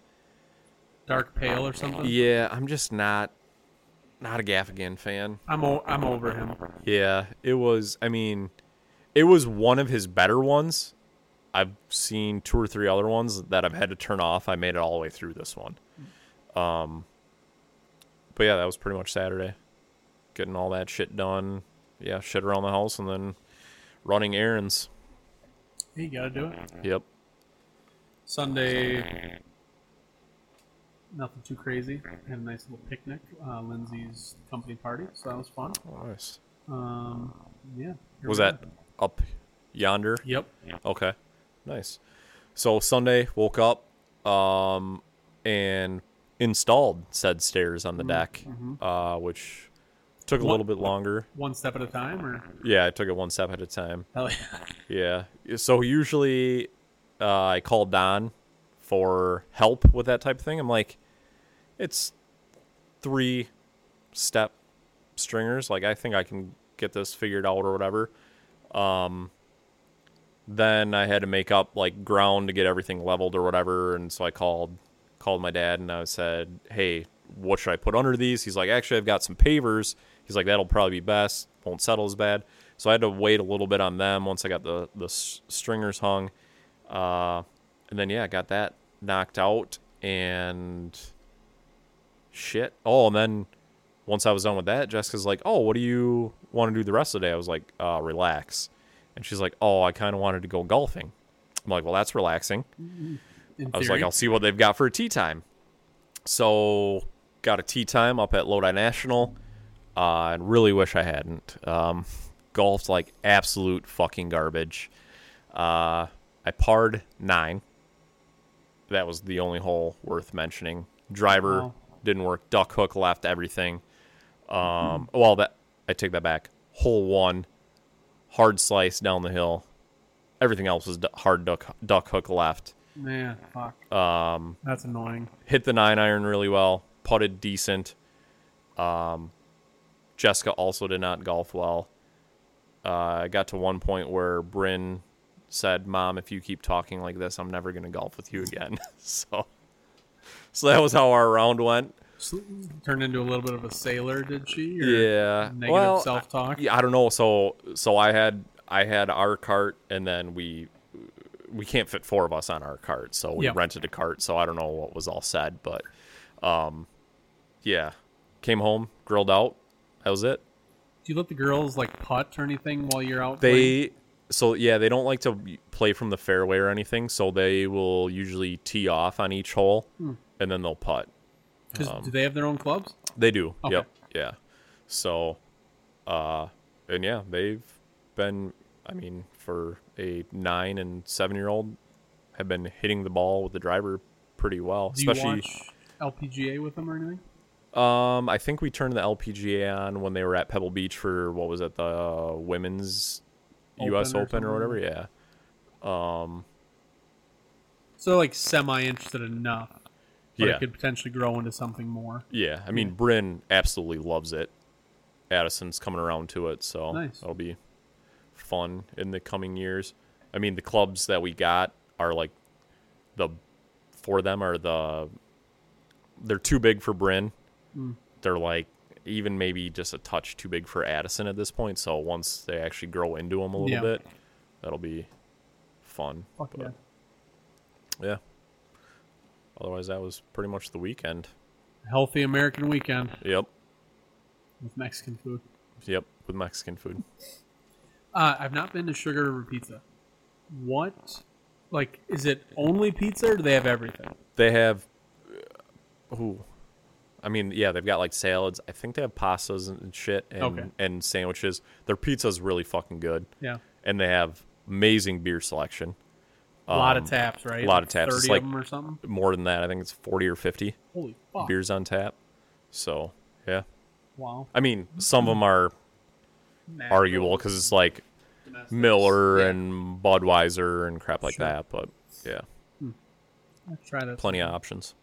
Dark Pale or something.
Yeah, I'm just not not a Gaffigan fan.
I'm, o- I'm over him.
Yeah, it was. I mean, it was one of his better ones. I've seen two or three other ones that I've had to turn off. I made it all the way through this one. Um, but yeah, that was pretty much Saturday. Getting all that shit done. Yeah, shit around the house and then running errands.
Hey, you gotta do it.
Yep.
Sunday, nothing too crazy. Had a nice little picnic, uh, Lindsay's company party, so that was fun.
Nice.
Um, yeah. here
Was
we
that
are.
up yonder?
Yep.
Okay. Nice. So Sunday woke up um and installed said stairs on the deck uh which took a
What-
little bit longer.
One step at a time, or
Yeah, I took it one step at a time.
hell yeah.
Yeah. So usually uh, I call Don for help with that type of thing. I'm like, it's three step stringers. Like, I think I can get this figured out or whatever. Um, Then I had to make up like ground to get everything leveled or whatever, and so I called called my dad and I said, "Hey, what should I put under these?" He's like, "Actually, I've got some pavers." He's like, "That'll probably be best. Won't settle as bad." So I had to wait a little bit on them once I got the the s- stringers hung, uh, and then yeah, I got that knocked out and shit. Oh, and then once I was done with that, Jessica's like, "Oh, what do you want to do the rest of the day?" I was like, uh, "Relax," and she's like, "Oh, I kind of wanted to go golfing." I'm like, "Well, that's relaxing."
In
I was
theory.
like, I'll see what they've got for a tea time. So got a tea time up at Lodi National. Uh, and really wish I hadn't. Um, golfed like absolute fucking garbage. Uh, I parred nine. That was the only hole worth mentioning. Driver
Wow.
didn't work. Duck hook left everything. Um, well, that I take that back. Hole one, hard slice down the hill. Everything else was du- hard duck duck hook left
man, fuck. Um, that's annoying.
hit the nine iron really well, putted decent. Um, Jessica also did not golf well. Uh, I got to one point where Bryn said, "Mom, if you keep talking like this, I'm never gonna golf with you again." so, so that was how our round went.
So, turned into a little bit of a sailor, did she? Or
Yeah.
Negative
Well,
self-talk.
Yeah, I don't know. So, so I had I had our cart, and then we we can't fit four of us on our cart, so we
Yep.
rented a cart. So I don't know what was all said, but um, yeah, came home, grilled out. That was it.
Do you let the girls like putt or anything while you're out? playing?
They so yeah, they don't like to play from the fairway or anything, so they will usually tee off on each hole,
Hmm.
and then they'll putt.
'Cause
Um,
do they have their own clubs?
They do.
Okay.
Yep. Yeah. So, uh, and yeah, they've been. I mean, for a nine and seven year old, have been hitting the ball with the driver pretty well.
Do you
Especially,
watch LPGA with them or anything?
um, I think we turned the LPGA on when they were at Pebble Beach for what was it, the uh, women's U.S.
Open or something?
Open or whatever. Yeah.
So they're, like semi interested enough, but
Yeah.
it could potentially grow into something more.
Yeah, I mean, Bryn absolutely loves it. Addison's coming around to it, so
Nice.
that'll be fun in the coming years. I mean, the clubs that we got are like the for them are the they're too big for Bryn.
Mm.
They're like even maybe just a touch too big for Addison at this point. So once they actually grow into them a little
Yeah.
bit, that'll be fun.
Fuck yeah.
yeah. Otherwise, that was pretty much the weekend.
Healthy American weekend
Yep.
with Mexican food.
Yep. With Mexican food.
Uh, I've not been to Sugar River Pizza. What? Like, is it only pizza or do they have everything?
they have who I mean, yeah, they've got like salads. I think they have pastas and shit and,
Okay.
and sandwiches. Their pizza's really fucking good.
Yeah.
And they have amazing beer selection.
A lot of taps, right?
Um, lot of taps. It's
30
like-
of them or something.
More than that, I think it's 40 or 50
Holy fuck.
beers on tap. So, yeah.
Wow.
I mean, some of them are
Nah,
arguable because it's like
domestics.
Miller
Yeah.
and Budweiser and crap like
Sure.
that. But, yeah,
I'll try that.
plenty of options.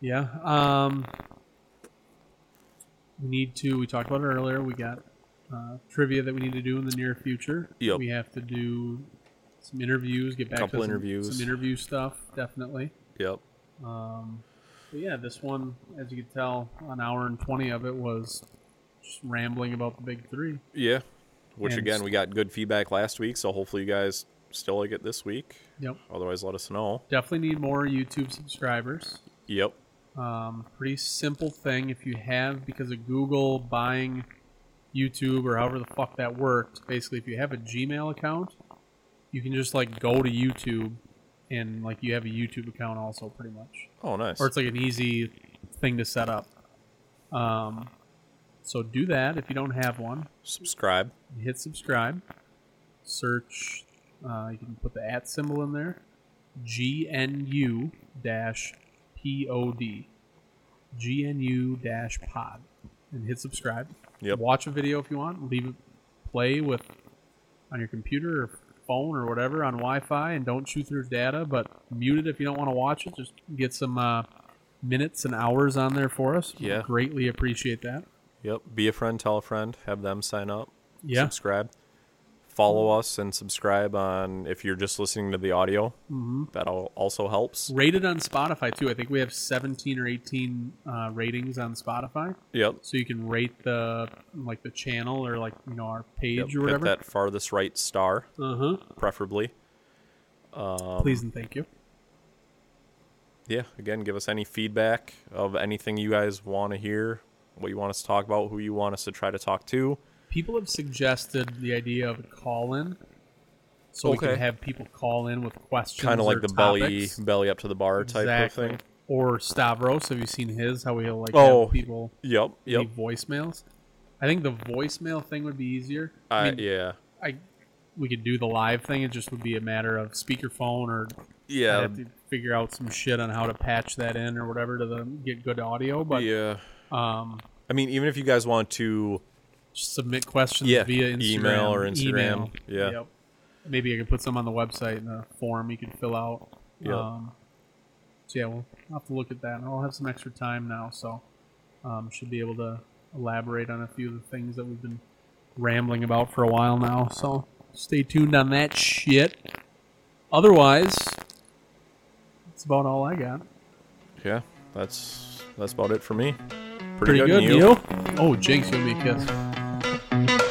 Yeah. Um, we need to. We talked about it earlier. We got uh, trivia that we need to do in the near future.
Yep.
We have to do some interviews. Get back
Couple
to some,
interviews.
some interview stuff, definitely.
Yep.
But yeah, this one, as you can tell, an hour and twenty of it was just rambling about the big three.
Yeah. Which
And-
again, we got good feedback last week, so hopefully you guys still like it this week.
Yep.
Otherwise, let us know.
Definitely need more YouTube subscribers.
Yep.
Um, pretty simple thing if you have because of Google buying YouTube or however the fuck that worked. Basically, if you have a Gmail account, you can just like go to YouTube and like you have a YouTube account also pretty much,
Oh, nice.
or it's like an easy thing to set up. Um, so do that if you don't have one.
Subscribe.
Hit subscribe. Search. Uh, you can put the at symbol in there. GNU dash pod. GNU dash pod. And hit subscribe.
Yep.
Watch a video if you want. Leave it play with on your computer or phone or whatever on Wi-Fi, and don't chew through data. But mute it if you don't want to watch it. Just get some uh, minutes and hours on there for us. We
Yeah.
greatly appreciate that.
Yep. Be a friend, tell a friend, have them sign up,
Yeah.
subscribe. follow us and subscribe on if you're just listening to the audio. Mm-hmm. That al- also helps.
Rated on Spotify too. I think we have 17 or 18 uh, ratings on Spotify,
Yep.
so you can rate the like the channel or like you know our page
Yep,
or
Hit
whatever.
that farthest right star,
Uh huh.
preferably. um,
Please and thank you.
Yeah. Again, give us any feedback of anything you guys want to hear, what you want us to talk about, who you want us to try to talk to.
People have suggested the idea of a call in, so we can
Okay.
have people call in with questions,
Kind of
or
like the
topics.
belly belly up to the bar type
exactly.
of thing.
Or Stavros, have you seen his? How he'll like
Oh,
have people
Yep. Yep.
leave voicemails. I think the voicemail thing would be easier.
I,
I mean,
yeah.
I we could do the live thing. It just would be a matter of speakerphone or I'd
Yeah.
have to figure out some shit on how to patch that in or whatever to the, get good audio. But
Yeah.
um,
I mean, even if you guys want to
submit questions
Yeah,
via Instagram,
email or Instagram,
email.
yeah.
Yep. Maybe I could put some on the website in a form you could fill out.
Yeah.
Um, so yeah, we'll I'll have to look at that. And I'll have some extra time now, so um, should be able to elaborate on a few of the things that we've been rambling about for a while now. So stay tuned on that shit. Otherwise, that's about all I got.
Yeah, that's that's about it for me.
Pretty, good,
Neil.
Neil. Oh, Jinx, you owe me a kiss.